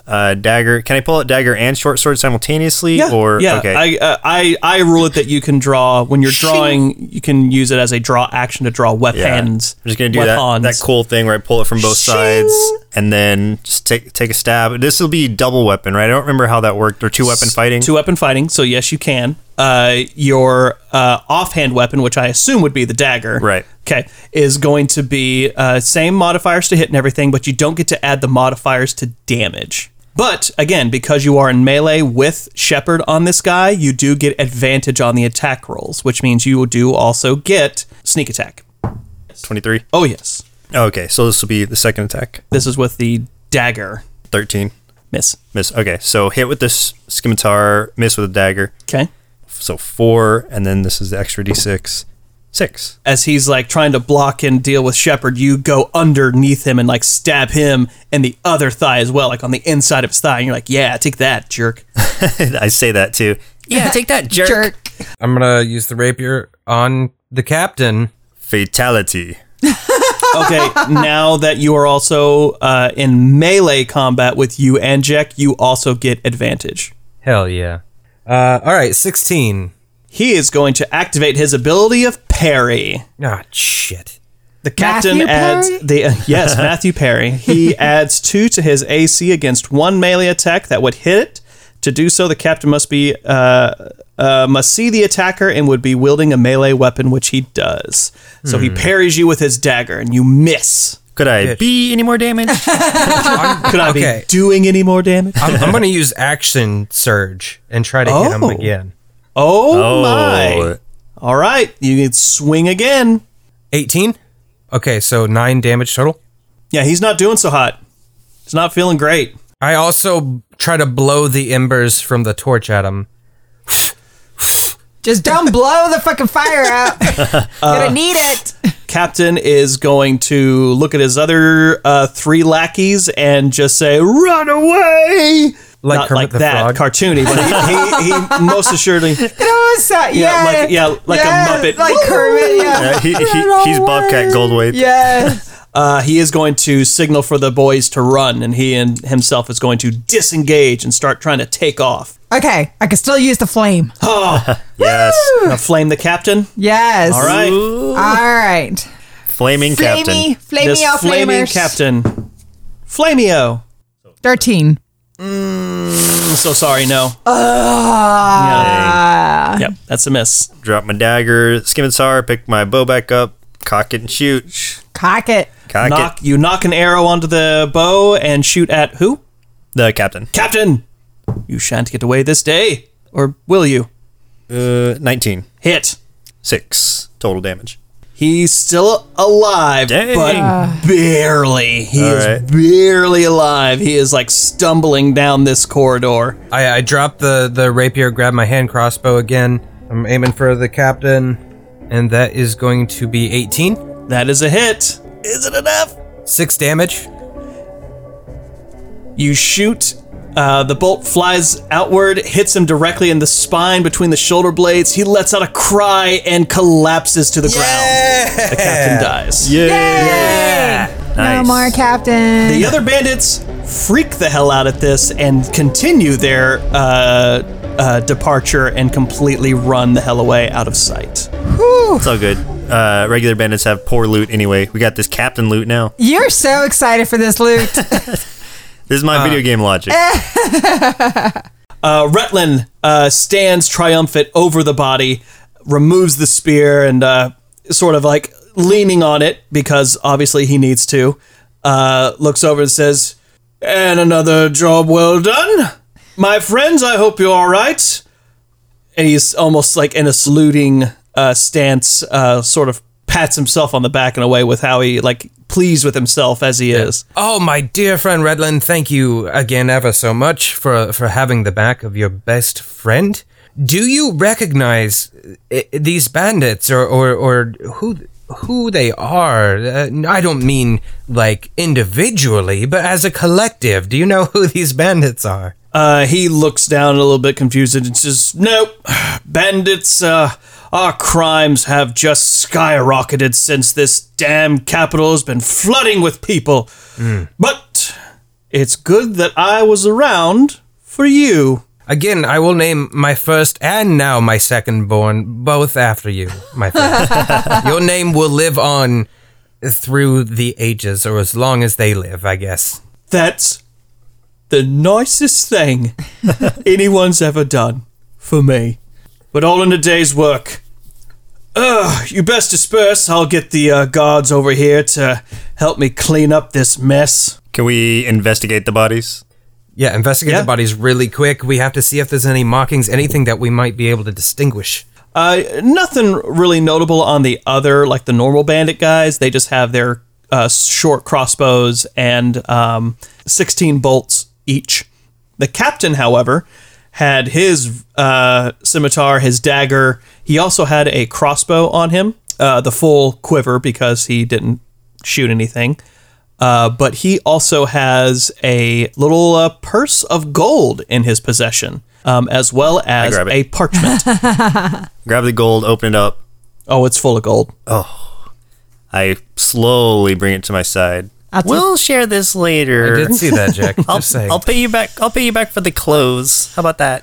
uh, dagger. Can I pull out dagger and short sword simultaneously? Or yeah. okay. I, uh, I I rule it that you can draw when you're drawing. You can use it as a draw action to draw Yeah. weapons. I'm just gonna do that, that cool thing where I pull it from both sides and then just take take a stab. This will be double weapon, right? I don't remember how that worked. Or two weapon fighting. Mm-hmm. Two weapon fighting. So yes, you can. Uh, your uh, offhand weapon, which I assume would be the dagger, Right. Okay, is going to be uh, same modifiers to hit and everything, but you don't get to add the modifiers to damage. But again, because you are in melee with Shepard on this guy, you do get advantage on the attack rolls, which means you will do also get sneak attack. Yes. 23. Oh, yes. Okay, so this will be the second attack. This is with the dagger. 13. Miss. Miss. Okay, so hit with this scimitar, miss with a dagger. Okay. So four, and then this is the extra d6. Six. As he's like trying to block and deal with Shepard, you go underneath him and like stab him in the other thigh as well, like on the inside of his thigh. And you're like, yeah, take that, jerk. I say that too. Yeah, take that, jerk. I'm gonna use the rapier on the captain. Fatality. okay, now that you are also uh, in melee combat with you and Jack, you also get advantage. Hell yeah. Uh, all right, 16. He is going to activate his ability of parry. Ah, shit. The captain Matthew adds Perry? the uh, yes, Matthew Perry. He adds two to his AC against one melee attack that would hit it. To do so, the captain must be uh, uh, must see the attacker and would be wielding a melee weapon, which he does. So he parries you with his dagger, and you miss. Could I be any more damage? Could I Okay. be doing any more damage? I'm, I'm gonna use action surge and try to hit him Oh. again. Oh, my! All right, you can swing again. 18? Okay, so 9 damage total. Yeah, he's not doing so hot. He's not feeling great. I also try to blow the embers from the torch at him. Just don't blow the fucking fire out. Uh, Gonna need it. Captain is going to look at his other uh, three lackeys and just say, "Run away!" Like Not Kermit like the that Frog. cartoony, but he, he, he most assuredly. It always sound- Yeah, yeah, like- yeah, like a Muppet. like Kermit. Yeah, uh, he, he, he's Bobcat Goldthwait. yeah. Uh, he is going to signal for the boys to run, and he and himself is going to disengage and start trying to take off. Okay, I can still use the flame. Yes. Now, flame the captain. Yes. All right, All right. Flaming Captain. this Flamey, flamey, flaming oh, flamers. captain, Flamio. Thirteen. I'm so sorry. No. yeah. Yep, that's a miss. Drop my dagger, scimitar, pick my bow back up, cock it and shoot. Cock it. Cock knock it. you knock an arrow onto the bow and shoot at who? The Captain. Captain! You shan't get away this day. Or will you? Uh, 19. Hit. Six total damage. He's still alive, Dang. Ah. but barely. He All is right. barely alive. He is like stumbling down this corridor. I, I drop the, the rapier, grab my hand crossbow again. I'm aiming for the captain, and that is going to be 18. That is a hit. Is it enough? 6 damage. You shoot. Uh, the bolt flies outward, hits him directly in the spine between the shoulder blades. He lets out a cry and collapses to the ground. The captain dies. Yeah. No Nice. more captain. The other bandits freak the hell out at this and continue their uh, uh, departure and completely run the hell away out of sight. It's all good. Uh, regular bandits have poor loot anyway. We got this Captain loot now. You're so excited for this loot. This is my video game logic. Uh, Rutland uh, stands triumphant over the body, removes the spear, and uh, sort of like leaning on it because obviously he needs to. Uh, looks over and says, And another job well done. My friends, I hope you're all right. And he's almost like in a saluting uh, stance, uh, sort of pats himself on the back in a way with how he like pleased with himself as he is. Oh, my dear friend Redland, thank you again ever so much for, for having the back of your best friend. Do you recognize uh, these bandits or, or, or who who they are? Uh, I don't mean like individually, but as a collective. Do you know who these bandits are? Uh, he looks down a little bit confused and says, Nope, bandits, uh, our crimes have just skyrocketed since this damn capital has been flooding with people. But it's good that I was around for you. Again, I will name my first and now my second born, both after you, my friend. Your name will live on through the ages, or as long as they live, I guess. That's the nicest thing anyone's ever done for me. But all in a day's work. Ugh, you best disperse. I'll get the uh, guards over here to help me clean up this mess. Can we investigate the bodies? Yeah, investigate Yeah. the bodies really quick. We have to see if there's any markings, anything that we might be able to distinguish. Uh, nothing really notable on the other, like the normal bandit guys. They just have their uh, short crossbows and um, 16 bolts each. The captain, however, had his uh, scimitar, his dagger. He also had a crossbow on him, uh, the full quiver because he didn't shoot anything. Uh, but he also has a little uh, purse of gold in his possession, um, as well as grab it. a parchment. Grab the gold, open it up. oh, it's full of gold. I slowly bring it to my side. That's a- we'll share this I later. did see that, Jack. I'll, Just saying. I'll pay you back. I'll pay you back for the clothes. How about that?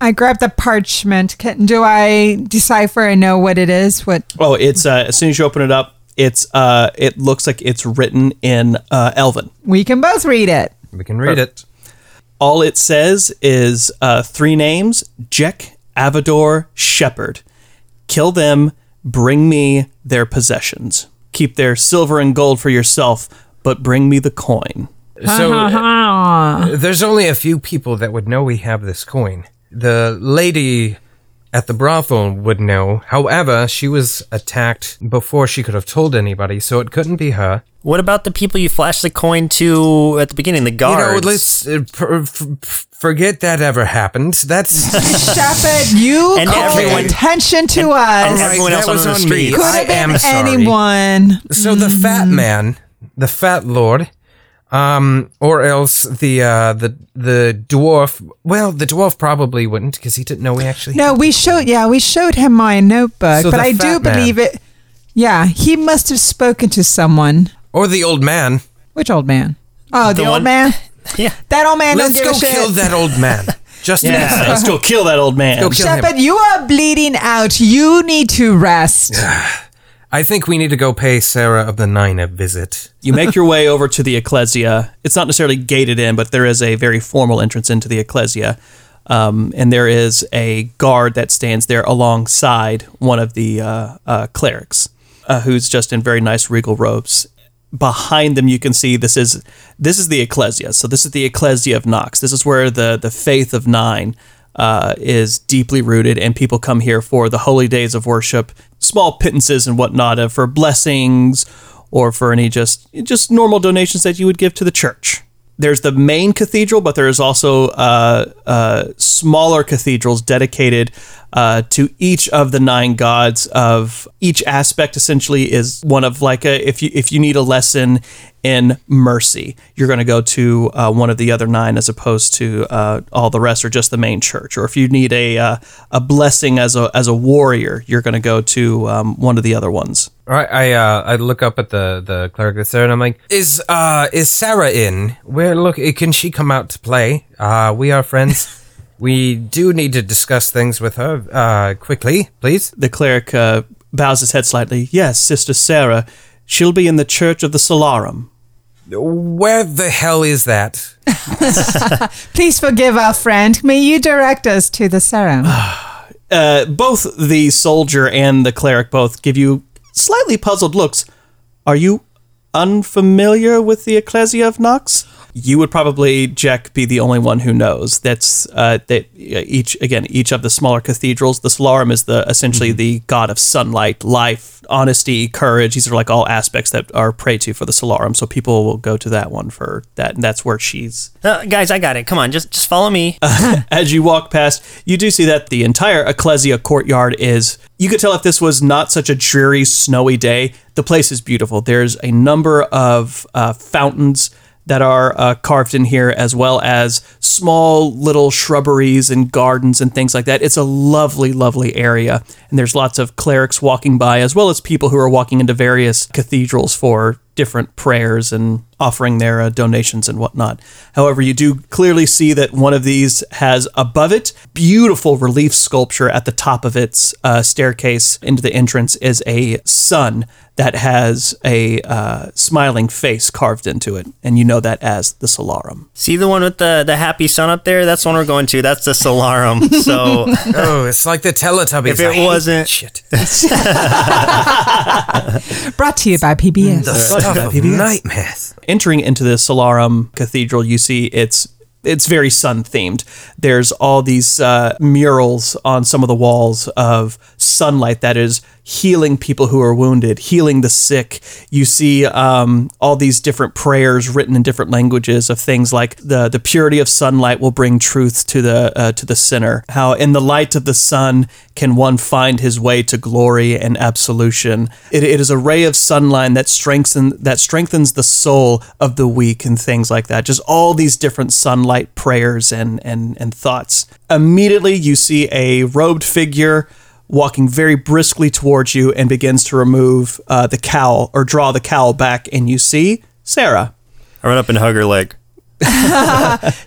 I grabbed the parchment. Can, do I decipher and know what it is? What? Oh, it's uh, as soon as you open it up, it's uh, it looks like it's written in uh, Elven. We can both read it. we can read it. All it says is uh, three names: Jek, Avador, Shepherd. Kill them. Bring me their possessions. Keep their silver and gold for yourself, but bring me the coin. So uh, there's only a few people that would know we have this coin. The lady at the brothel would know. However, she was attacked before she could have told anybody, so it couldn't be her. What about the people you flashed the coin to at the beginning? The You guards. know, let's uh, per- f- forget that ever happened. That's Shepherd, you And called everyone- attention to us. Right, everyone else that out was on the on street. me. Could I have been am sorry. anyone. so. The fat Mm. man, the fat lord, um, or else the uh, the the dwarf. Well, the dwarf probably wouldn't because he didn't know we actually. No, we showed. Yeah, we showed him my notebook, So but the I do fat man. believe it. Yeah, he must have spoken to someone. Or the old man. Which old man? Oh, the, The old one- man. Yeah. That old man. Let's don't go give a shit. kill that old man. Just an Yeah. instant. Let's go kill that old man. Go kill him. Shepard, you are bleeding out. You need to rest. I think we need to go pay Sarah of the Nine a visit. You make your way over to the ecclesia. It's not necessarily gated in, but there is a very formal entrance into the ecclesia. Um, and there is a guard that stands there alongside one of the uh, uh, clerics, uh, who's just in very nice regal robes. Behind them, you can see this is this is the ecclesia. So this is the ecclesia of Knox. This is where the the faith of nine uh, is deeply rooted, and people come here for the holy days of worship, small pittances and whatnot, uh, for blessings or for any just just normal donations that you would give to the church. There's the main cathedral, but there is also uh, uh, smaller cathedrals dedicated uh, to each of the nine gods. Of each aspect, essentially, is one of like a if you if you need a lesson in mercy, you're going to go to uh, one of the other nine as opposed to uh, all the rest or just the main church. Or if you need a uh, a blessing as a as a warrior, you're going to go to um, one of the other ones. All right, I uh, I look up at the the cleric that's there, and I'm like, "Is uh is Sarah in? Where look eh, can she come out to play? Uh, we are friends. we do need to discuss things with her uh quickly, please. The cleric uh, bows his head slightly. Yes, Sister Sarah. She'll be in the Church of the Solarum. Where the hell is that? Please forgive our friend. May you direct us to the serum. Ah. Uh, both the soldier and the cleric both give you slightly puzzled looks. Are you unfamiliar with the Ecclesia of Nox? You would probably, Jack, be the only one who knows. That's uh, that uh, each again each of the smaller cathedrals. The Solarum is the essentially the god of sunlight, life, honesty, courage. These are like all aspects that are prey to for the Solarum. So people will go to that one for that, and that's where she's Uh, guys, I got it. Come on, just just follow me. Uh. as you walk past, you do see that the entire Ecclesia courtyard is. You could tell if this was not such a dreary, snowy day. The place is beautiful. There's a number of uh, fountains that are uh, carved in here, as well as small little shrubberies and gardens and things like that. It's a lovely, lovely area. And there's lots of clerics walking by, as well as people who are walking into various cathedrals for different prayers and offering their uh, donations and whatnot. However, you do clearly see that one of these has above it beautiful relief sculpture at the top of its uh, staircase into the entrance is a sun that has a uh, smiling face carved into it, and you know that as the Solarum. See the one with the the happy sun up there? That's the one we're going to. That's the Solarum. So oh, it's like the Teletubbies. If it I hate wasn't- shit, Brought to you by PBS. Mm. the stuff of nightmares. entering into the Solarum Cathedral, you see it's It's very sun themed. There's all these uh, murals on some of the walls of sunlight that is healing people who are wounded, healing the sick. You see um, all these different prayers written in different languages of things like the the purity of sunlight will bring truth to the uh, to the sinner. How in the light of the sun can one find his way to glory and absolution. It, it is a ray of sunlight that strengthens that strengthens the soul of the weak and things like that. Just all these different sunlight prayers and and and thoughts. Immediately you see a robed figure walking very briskly towards you and begins to remove uh, the cowl or draw the cowl back, and you see Sarah. I run up and hug her like,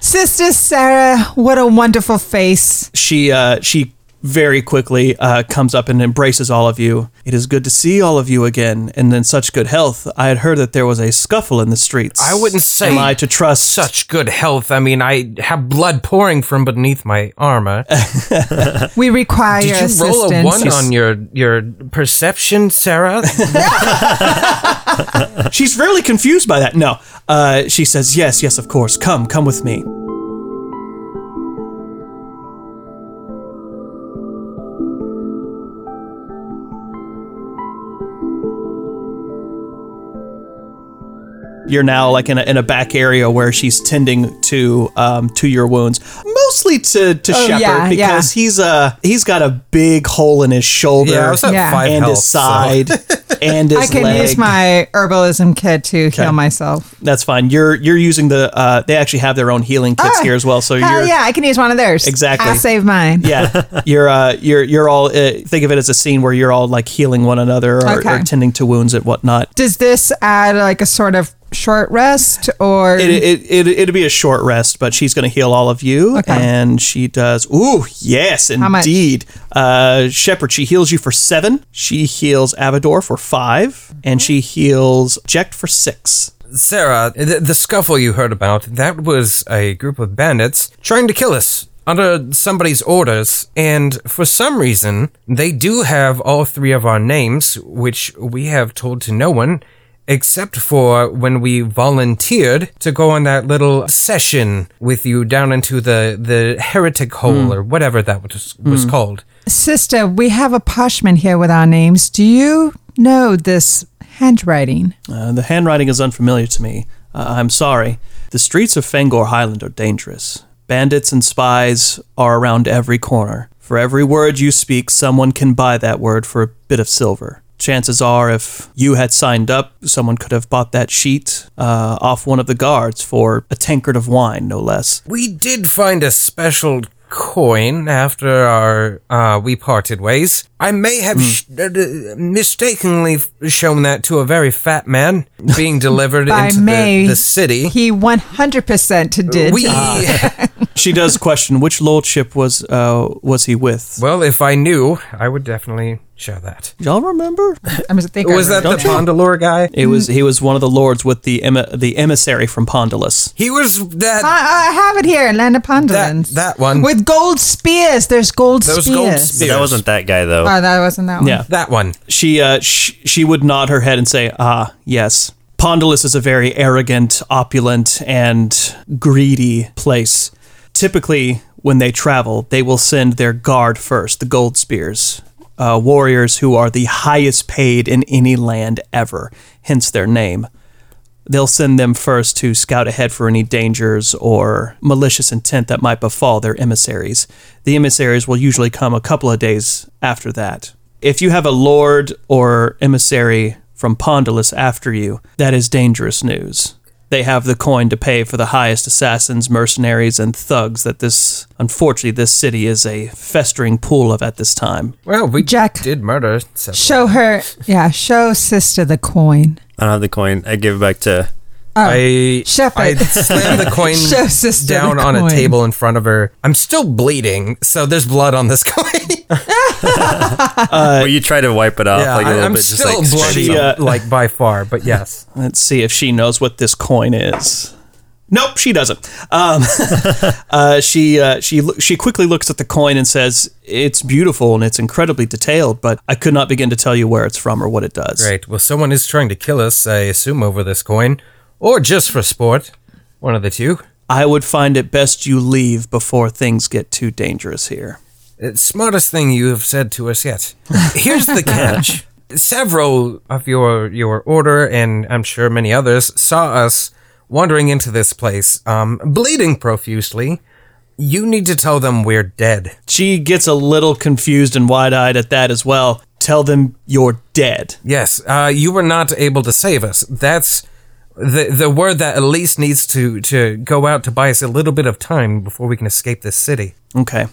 Sister Sarah, what a wonderful face. She uh, she very quickly uh, comes up and embraces all of you. It is good to see all of you again, and in such good health. I had heard that there was a scuffle in the streets. I wouldn't say Am I to trust Such good health. I mean, I have blood pouring from beneath my armor. We require Did your you roll assistance. a one on your your perception, Sarah? She's really confused by that. No. Uh, she says, Yes, yes, of course. Come, come with me. You're now like in a, in a back area where she's tending to um, to your wounds, mostly to to Oh, Shepard yeah, because he's uh he's got a big hole in his shoulder Yeah, I was at Yeah. five and health, his so- side and his I can leg. use my herbalism kit to heal myself. That's fine. You're you're using the uh, they actually have their own healing kits Ah, here as well. So Hell you're yeah, I can use one of theirs. Exactly. I'll save mine. yeah, you're uh, you're you're all uh, think of it as a scene where you're all like healing one another or, Okay. or tending to wounds and whatnot. Does this add like a sort of short rest or It it it it'd be a short rest, but she's going to heal all of you, Okay. and she does. Ooh, yes, much? indeed. Uh, Shepherd, she heals you for seven. She heals Avador for five, and she heals Jekt for six. Sarah, the, the scuffle you heard about, that was a group of bandits trying to kill us under somebody's orders. And for some reason, they do have all three of our names, which we have told to no one, except for when we volunteered to go on that little session with you down into the, the heretic hole or whatever that was, was called. sister, we have a parchment here with our names. Do you know this handwriting? Uh, the handwriting is unfamiliar to me. Uh, I'm sorry. The streets of Fangor Highland are dangerous. Bandits and spies are around every corner. For every word you speak, someone can buy that word for a bit of silver. Chances are, if you had signed up, someone could have bought that sheet uh, off one of the guards for a tankard of wine, no less. We did find a special coin after our uh, we parted ways. I may have Hmm. sh- uh, d- mistakenly f- shown that to a very fat man being delivered By into May, the, the city. He 100% did. Ah. we She does question which lordship was uh, was he with. well, if I knew, I would definitely share that. Y'all remember? I'm just thinking. Was that the Don't you- Pondalore guy? It was he was one of the lords with the emi- the emissary from Pondalus. He was that. I, I have it here, Land of Ponderlands. that one. With gold spears. There's gold Those spears. gold but that Yes. Uh. wasn't that guy though. Oh, that wasn't that one. Yeah. That one. she uh sh- she would nod her head and say ah yes pondalus is a very arrogant opulent and greedy place typically when they travel they will send their guard first the gold spears uh, warriors who are the highest paid in any land ever hence their name they'll send them first to scout ahead for any dangers or malicious intent that might befall their emissaries. The emissaries will usually come a couple of days after that. If you have a lord or emissary from Pondalus after you, that is dangerous news. They have the coin to pay for the highest assassins, mercenaries, and thugs that this, unfortunately, this city is a festering pool of at this time. Well, we Jack. did murder. several. Show her. Yeah, show sister the coin. I don't have the coin. I give it back to. Oh, I Shepherd. I slammed the coin Show sister down the on coin. a table in front of her. I'm still bleeding, so there's blood on this coin. well, you try to wipe it off like a little Uh, I'm bit, just still like bloody, She, uh, like by far. But yes, Let's see if she knows what this coin is. Nope, she doesn't. Um, uh, she uh, she loo- she quickly looks at the coin and says, "It's beautiful and it's incredibly detailed, but I could not begin to tell you where it's from or what it does." great. Well, someone is trying to kill us. I assume over this coin, or just for sport. One of the two. I would find it best you leave before things get too dangerous here. Uh, Smartest thing you have said to us yet. Here's the catch. Several of your your order, and I'm sure many others, saw us wandering into this place, um, bleeding profusely. You need to tell them we're dead. She gets a little confused and wide eyed at that as well. Tell them you're dead. Yes, uh, you were not able to save us. That's the the word that Elise needs to to go out to buy us a little bit of time before we can escape this city. Okay.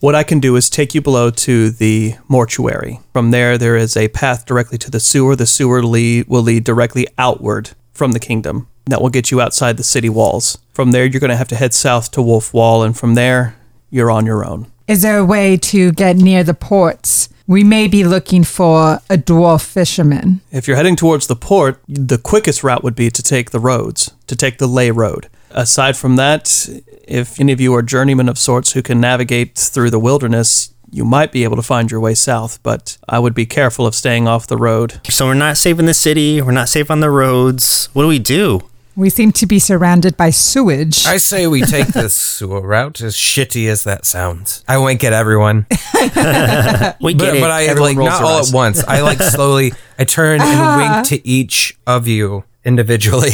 What I can do is take you below to the mortuary. From there, there is a path directly to the sewer. The sewer lead, will lead directly outward from the kingdom. That will get you outside the city walls. From there, you're going to have to head south to Wolf Wall, and from there, you're on your own. Is there a way to get near the ports? We may be looking for a dwarf fisherman. If you're heading towards the port, the quickest route would be to take the roads, to take the lay road. Aside from that, if any of you are journeymen of sorts who can navigate through the wilderness, you might be able to find your way south, but I would be careful of staying off the road. So we're not safe in the city. We're not safe on the roads. What do we do? We seem to be surrounded by sewage. I say we take this sewer route, as shitty as that sounds. I wink at everyone, We but, get it. but I Everyone like rolls not their all eyes. at once. I like slowly. I turn Uh-huh. and wink to each of you individually.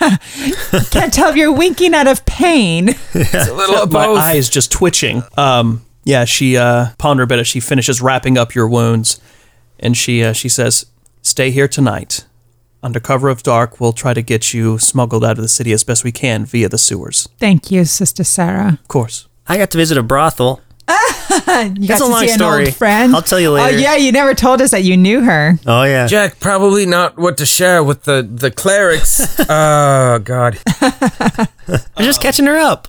Can't tell if you're winking out of pain. it's a little of My both. eye is just twitching. Um, yeah, she uh, ponder a bit as she finishes wrapping up your wounds, and she uh, she says, "Stay here tonight. Under cover of dark, we'll try to get you smuggled out of the city as best we can via the sewers. Thank you, Sister Sarah. Of course." I got to visit a brothel. You got That's a to long see story. an old friend. I'll tell you later. Oh yeah, you never told us that you knew her. Oh yeah. Jack, probably not what to share with the the clerics. oh God, We're just catching her up.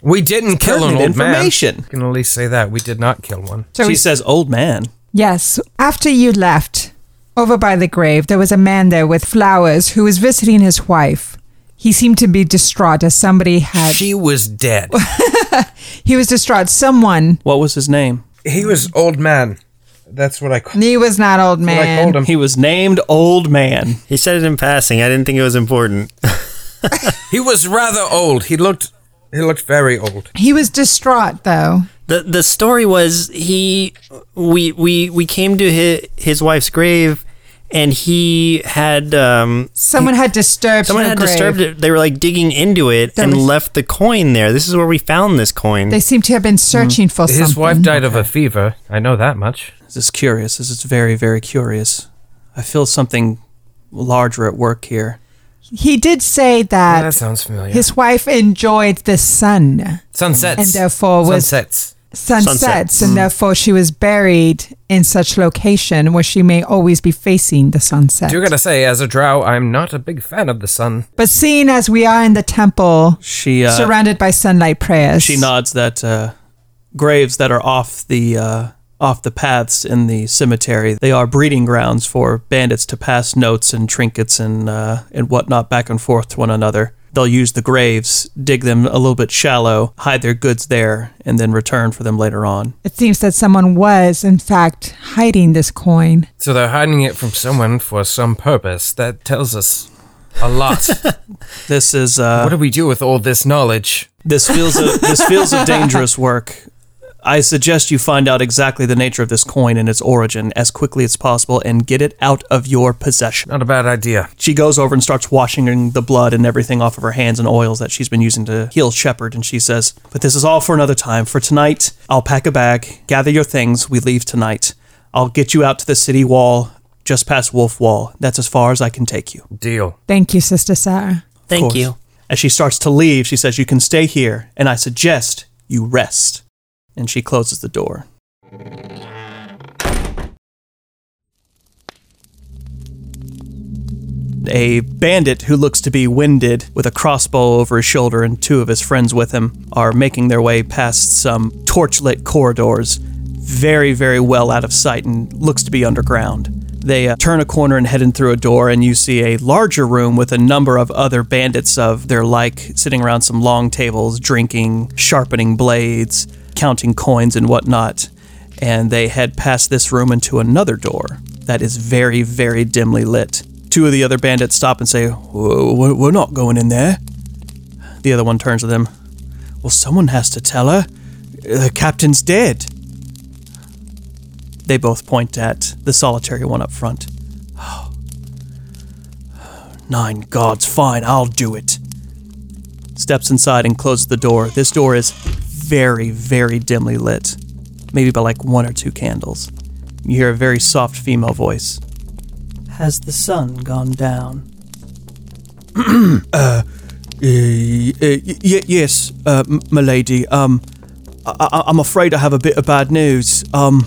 we didn't kill an pertinent old information. man. I can at least say that we did not kill one. So she we- says, "Old man." Yes, after you left, over by the grave, there was a man there with flowers who was visiting his wife. He seemed to be distraught as somebody had. She was dead. he was distraught. Someone. What was his name? he was old man. That's what I call. He was not old What I called man. him. He was named Old Man. He said it in passing. I didn't think it was important. He was rather old. He looked. He looked very old. He was distraught though. the The story was he we we we came to his, his wife's grave, and he had um Someone had disturbed. someone her had grave. disturbed it. They were like digging into it That and was- left the coin there. This is where we found this coin. They seem to have been searching for something. His wife died of a fever. I know that much. This is curious. This is very, very curious. I feel something larger at work here. He did say that that sounds familiar. his wife enjoyed the sun, Sunsets. and therefore was- sunsets. sunsets, Sunsets. and therefore she was buried in such location where she may always be facing the sunset. Do gotta say, as a drow, I'm not a big fan of the sun. But seeing as we are in the temple, She uh, surrounded by sunlight prayers, she nods that uh, graves that are off the uh, off the paths in the cemetery they are breeding grounds for bandits to pass notes and trinkets and uh, and whatnot back and forth to one another. They'll use the graves, dig them a little bit shallow, hide their goods there, and then return for them later on. it seems that someone was, in fact, hiding this coin. So they're hiding it from someone for some purpose. That tells us a lot. This is uh, what do we do with all this knowledge? This feels a, this feels of dangerous work. I suggest you find out exactly the nature of this coin and its origin as quickly as possible and get it out of your possession. Not a bad idea. She goes over and starts washing the blood and everything off of her hands and oils that she's been using to heal Shepard and she says, "But this is all for another time. For tonight, I'll pack a bag, gather your things, we leave tonight. I'll get you out to the city wall, just past Wolf Wall. That's as far as I can take you." Deal. Thank you, Sister Sarah. Thank course. you. As she starts to leave, she says, You can stay here, and I suggest you rest. And she closes the door. A bandit who looks to be winded, with a crossbow over his shoulder and two of his friends with him, are making their way past some torchlit corridors, very, very well out of sight and looks to be underground. They uh, turn a corner and head in through a door, and you see a larger room with a number of other bandits of their like sitting around some long tables, drinking, sharpening blades, counting coins, and whatnot and they head past this room into another door that is very, very dimly lit. Two of the other bandits stop and say, "Whoa, we're we're not going in there. The other one turns to them. Well, someone has to tell her. The captain's dead. They both point at the solitary one up front. "Oh, Nine gods, fine, I'll do it. Steps inside and closes the door. This door is very, very dimly lit, maybe by like one or two candles. You hear a very soft female voice. Has the sun gone down? Y- uh, y- y- yes, uh, m- milady. Um, I- I- I'm afraid I have a bit of bad news. Um,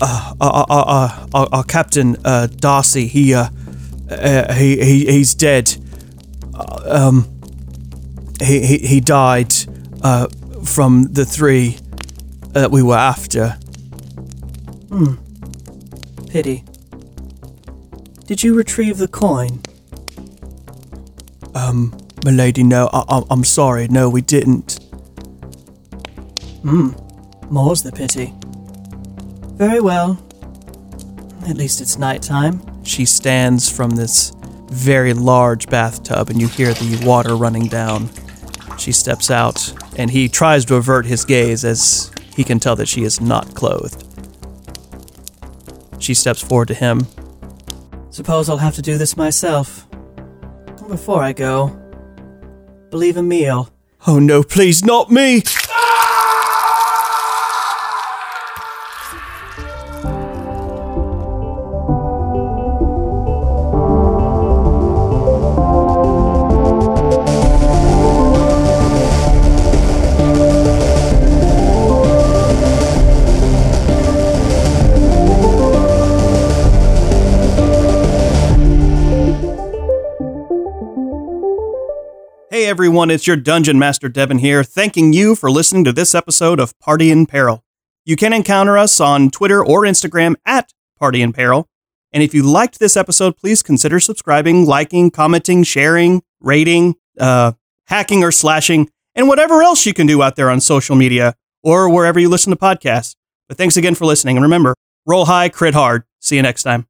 uh, our, our- our, our, our captain, uh, Darcy, he, uh, uh, he, he, he's dead. Uh, um, he, he, he died, uh, from the three that we were after. Hmm. Pity. Did you retrieve the coin? Um, Milady, no, I, I, I'm sorry, no, we didn't. Hmm, more's the pity. Very well. At least it's night time. She stands from this very large bathtub, and you hear the water running down. She steps out, and he tries to avert his gaze as he can tell that she is not clothed. She steps forward to him. Suppose I'll have to do this myself. Before I go, believe in me, El. Oh no, please, not me! Hey everyone, it's your Dungeon Master Devin here, thanking you for listening to this episode of Party in Peril. You can encounter us on Twitter or Instagram at Party in Peril. And if you liked this episode, please consider subscribing, liking, commenting, sharing, rating, uh, hacking or slashing, and whatever else you can do out there on social media or wherever you listen to podcasts. But thanks again for listening. And remember, roll high, crit hard. See you next time.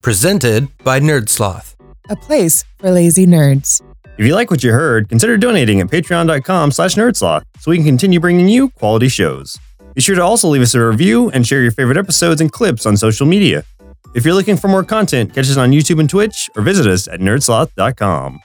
Presented by Nerd Sloth. a place for lazy nerds. If you like what you heard, consider donating at patreon.com slash nerdslaw so we can continue bringing you quality shows. Be sure to also leave us a review and share your favorite episodes and clips on social media. If you're looking for more content, catch us on YouTube and Twitch or visit us at nerdsloth.com.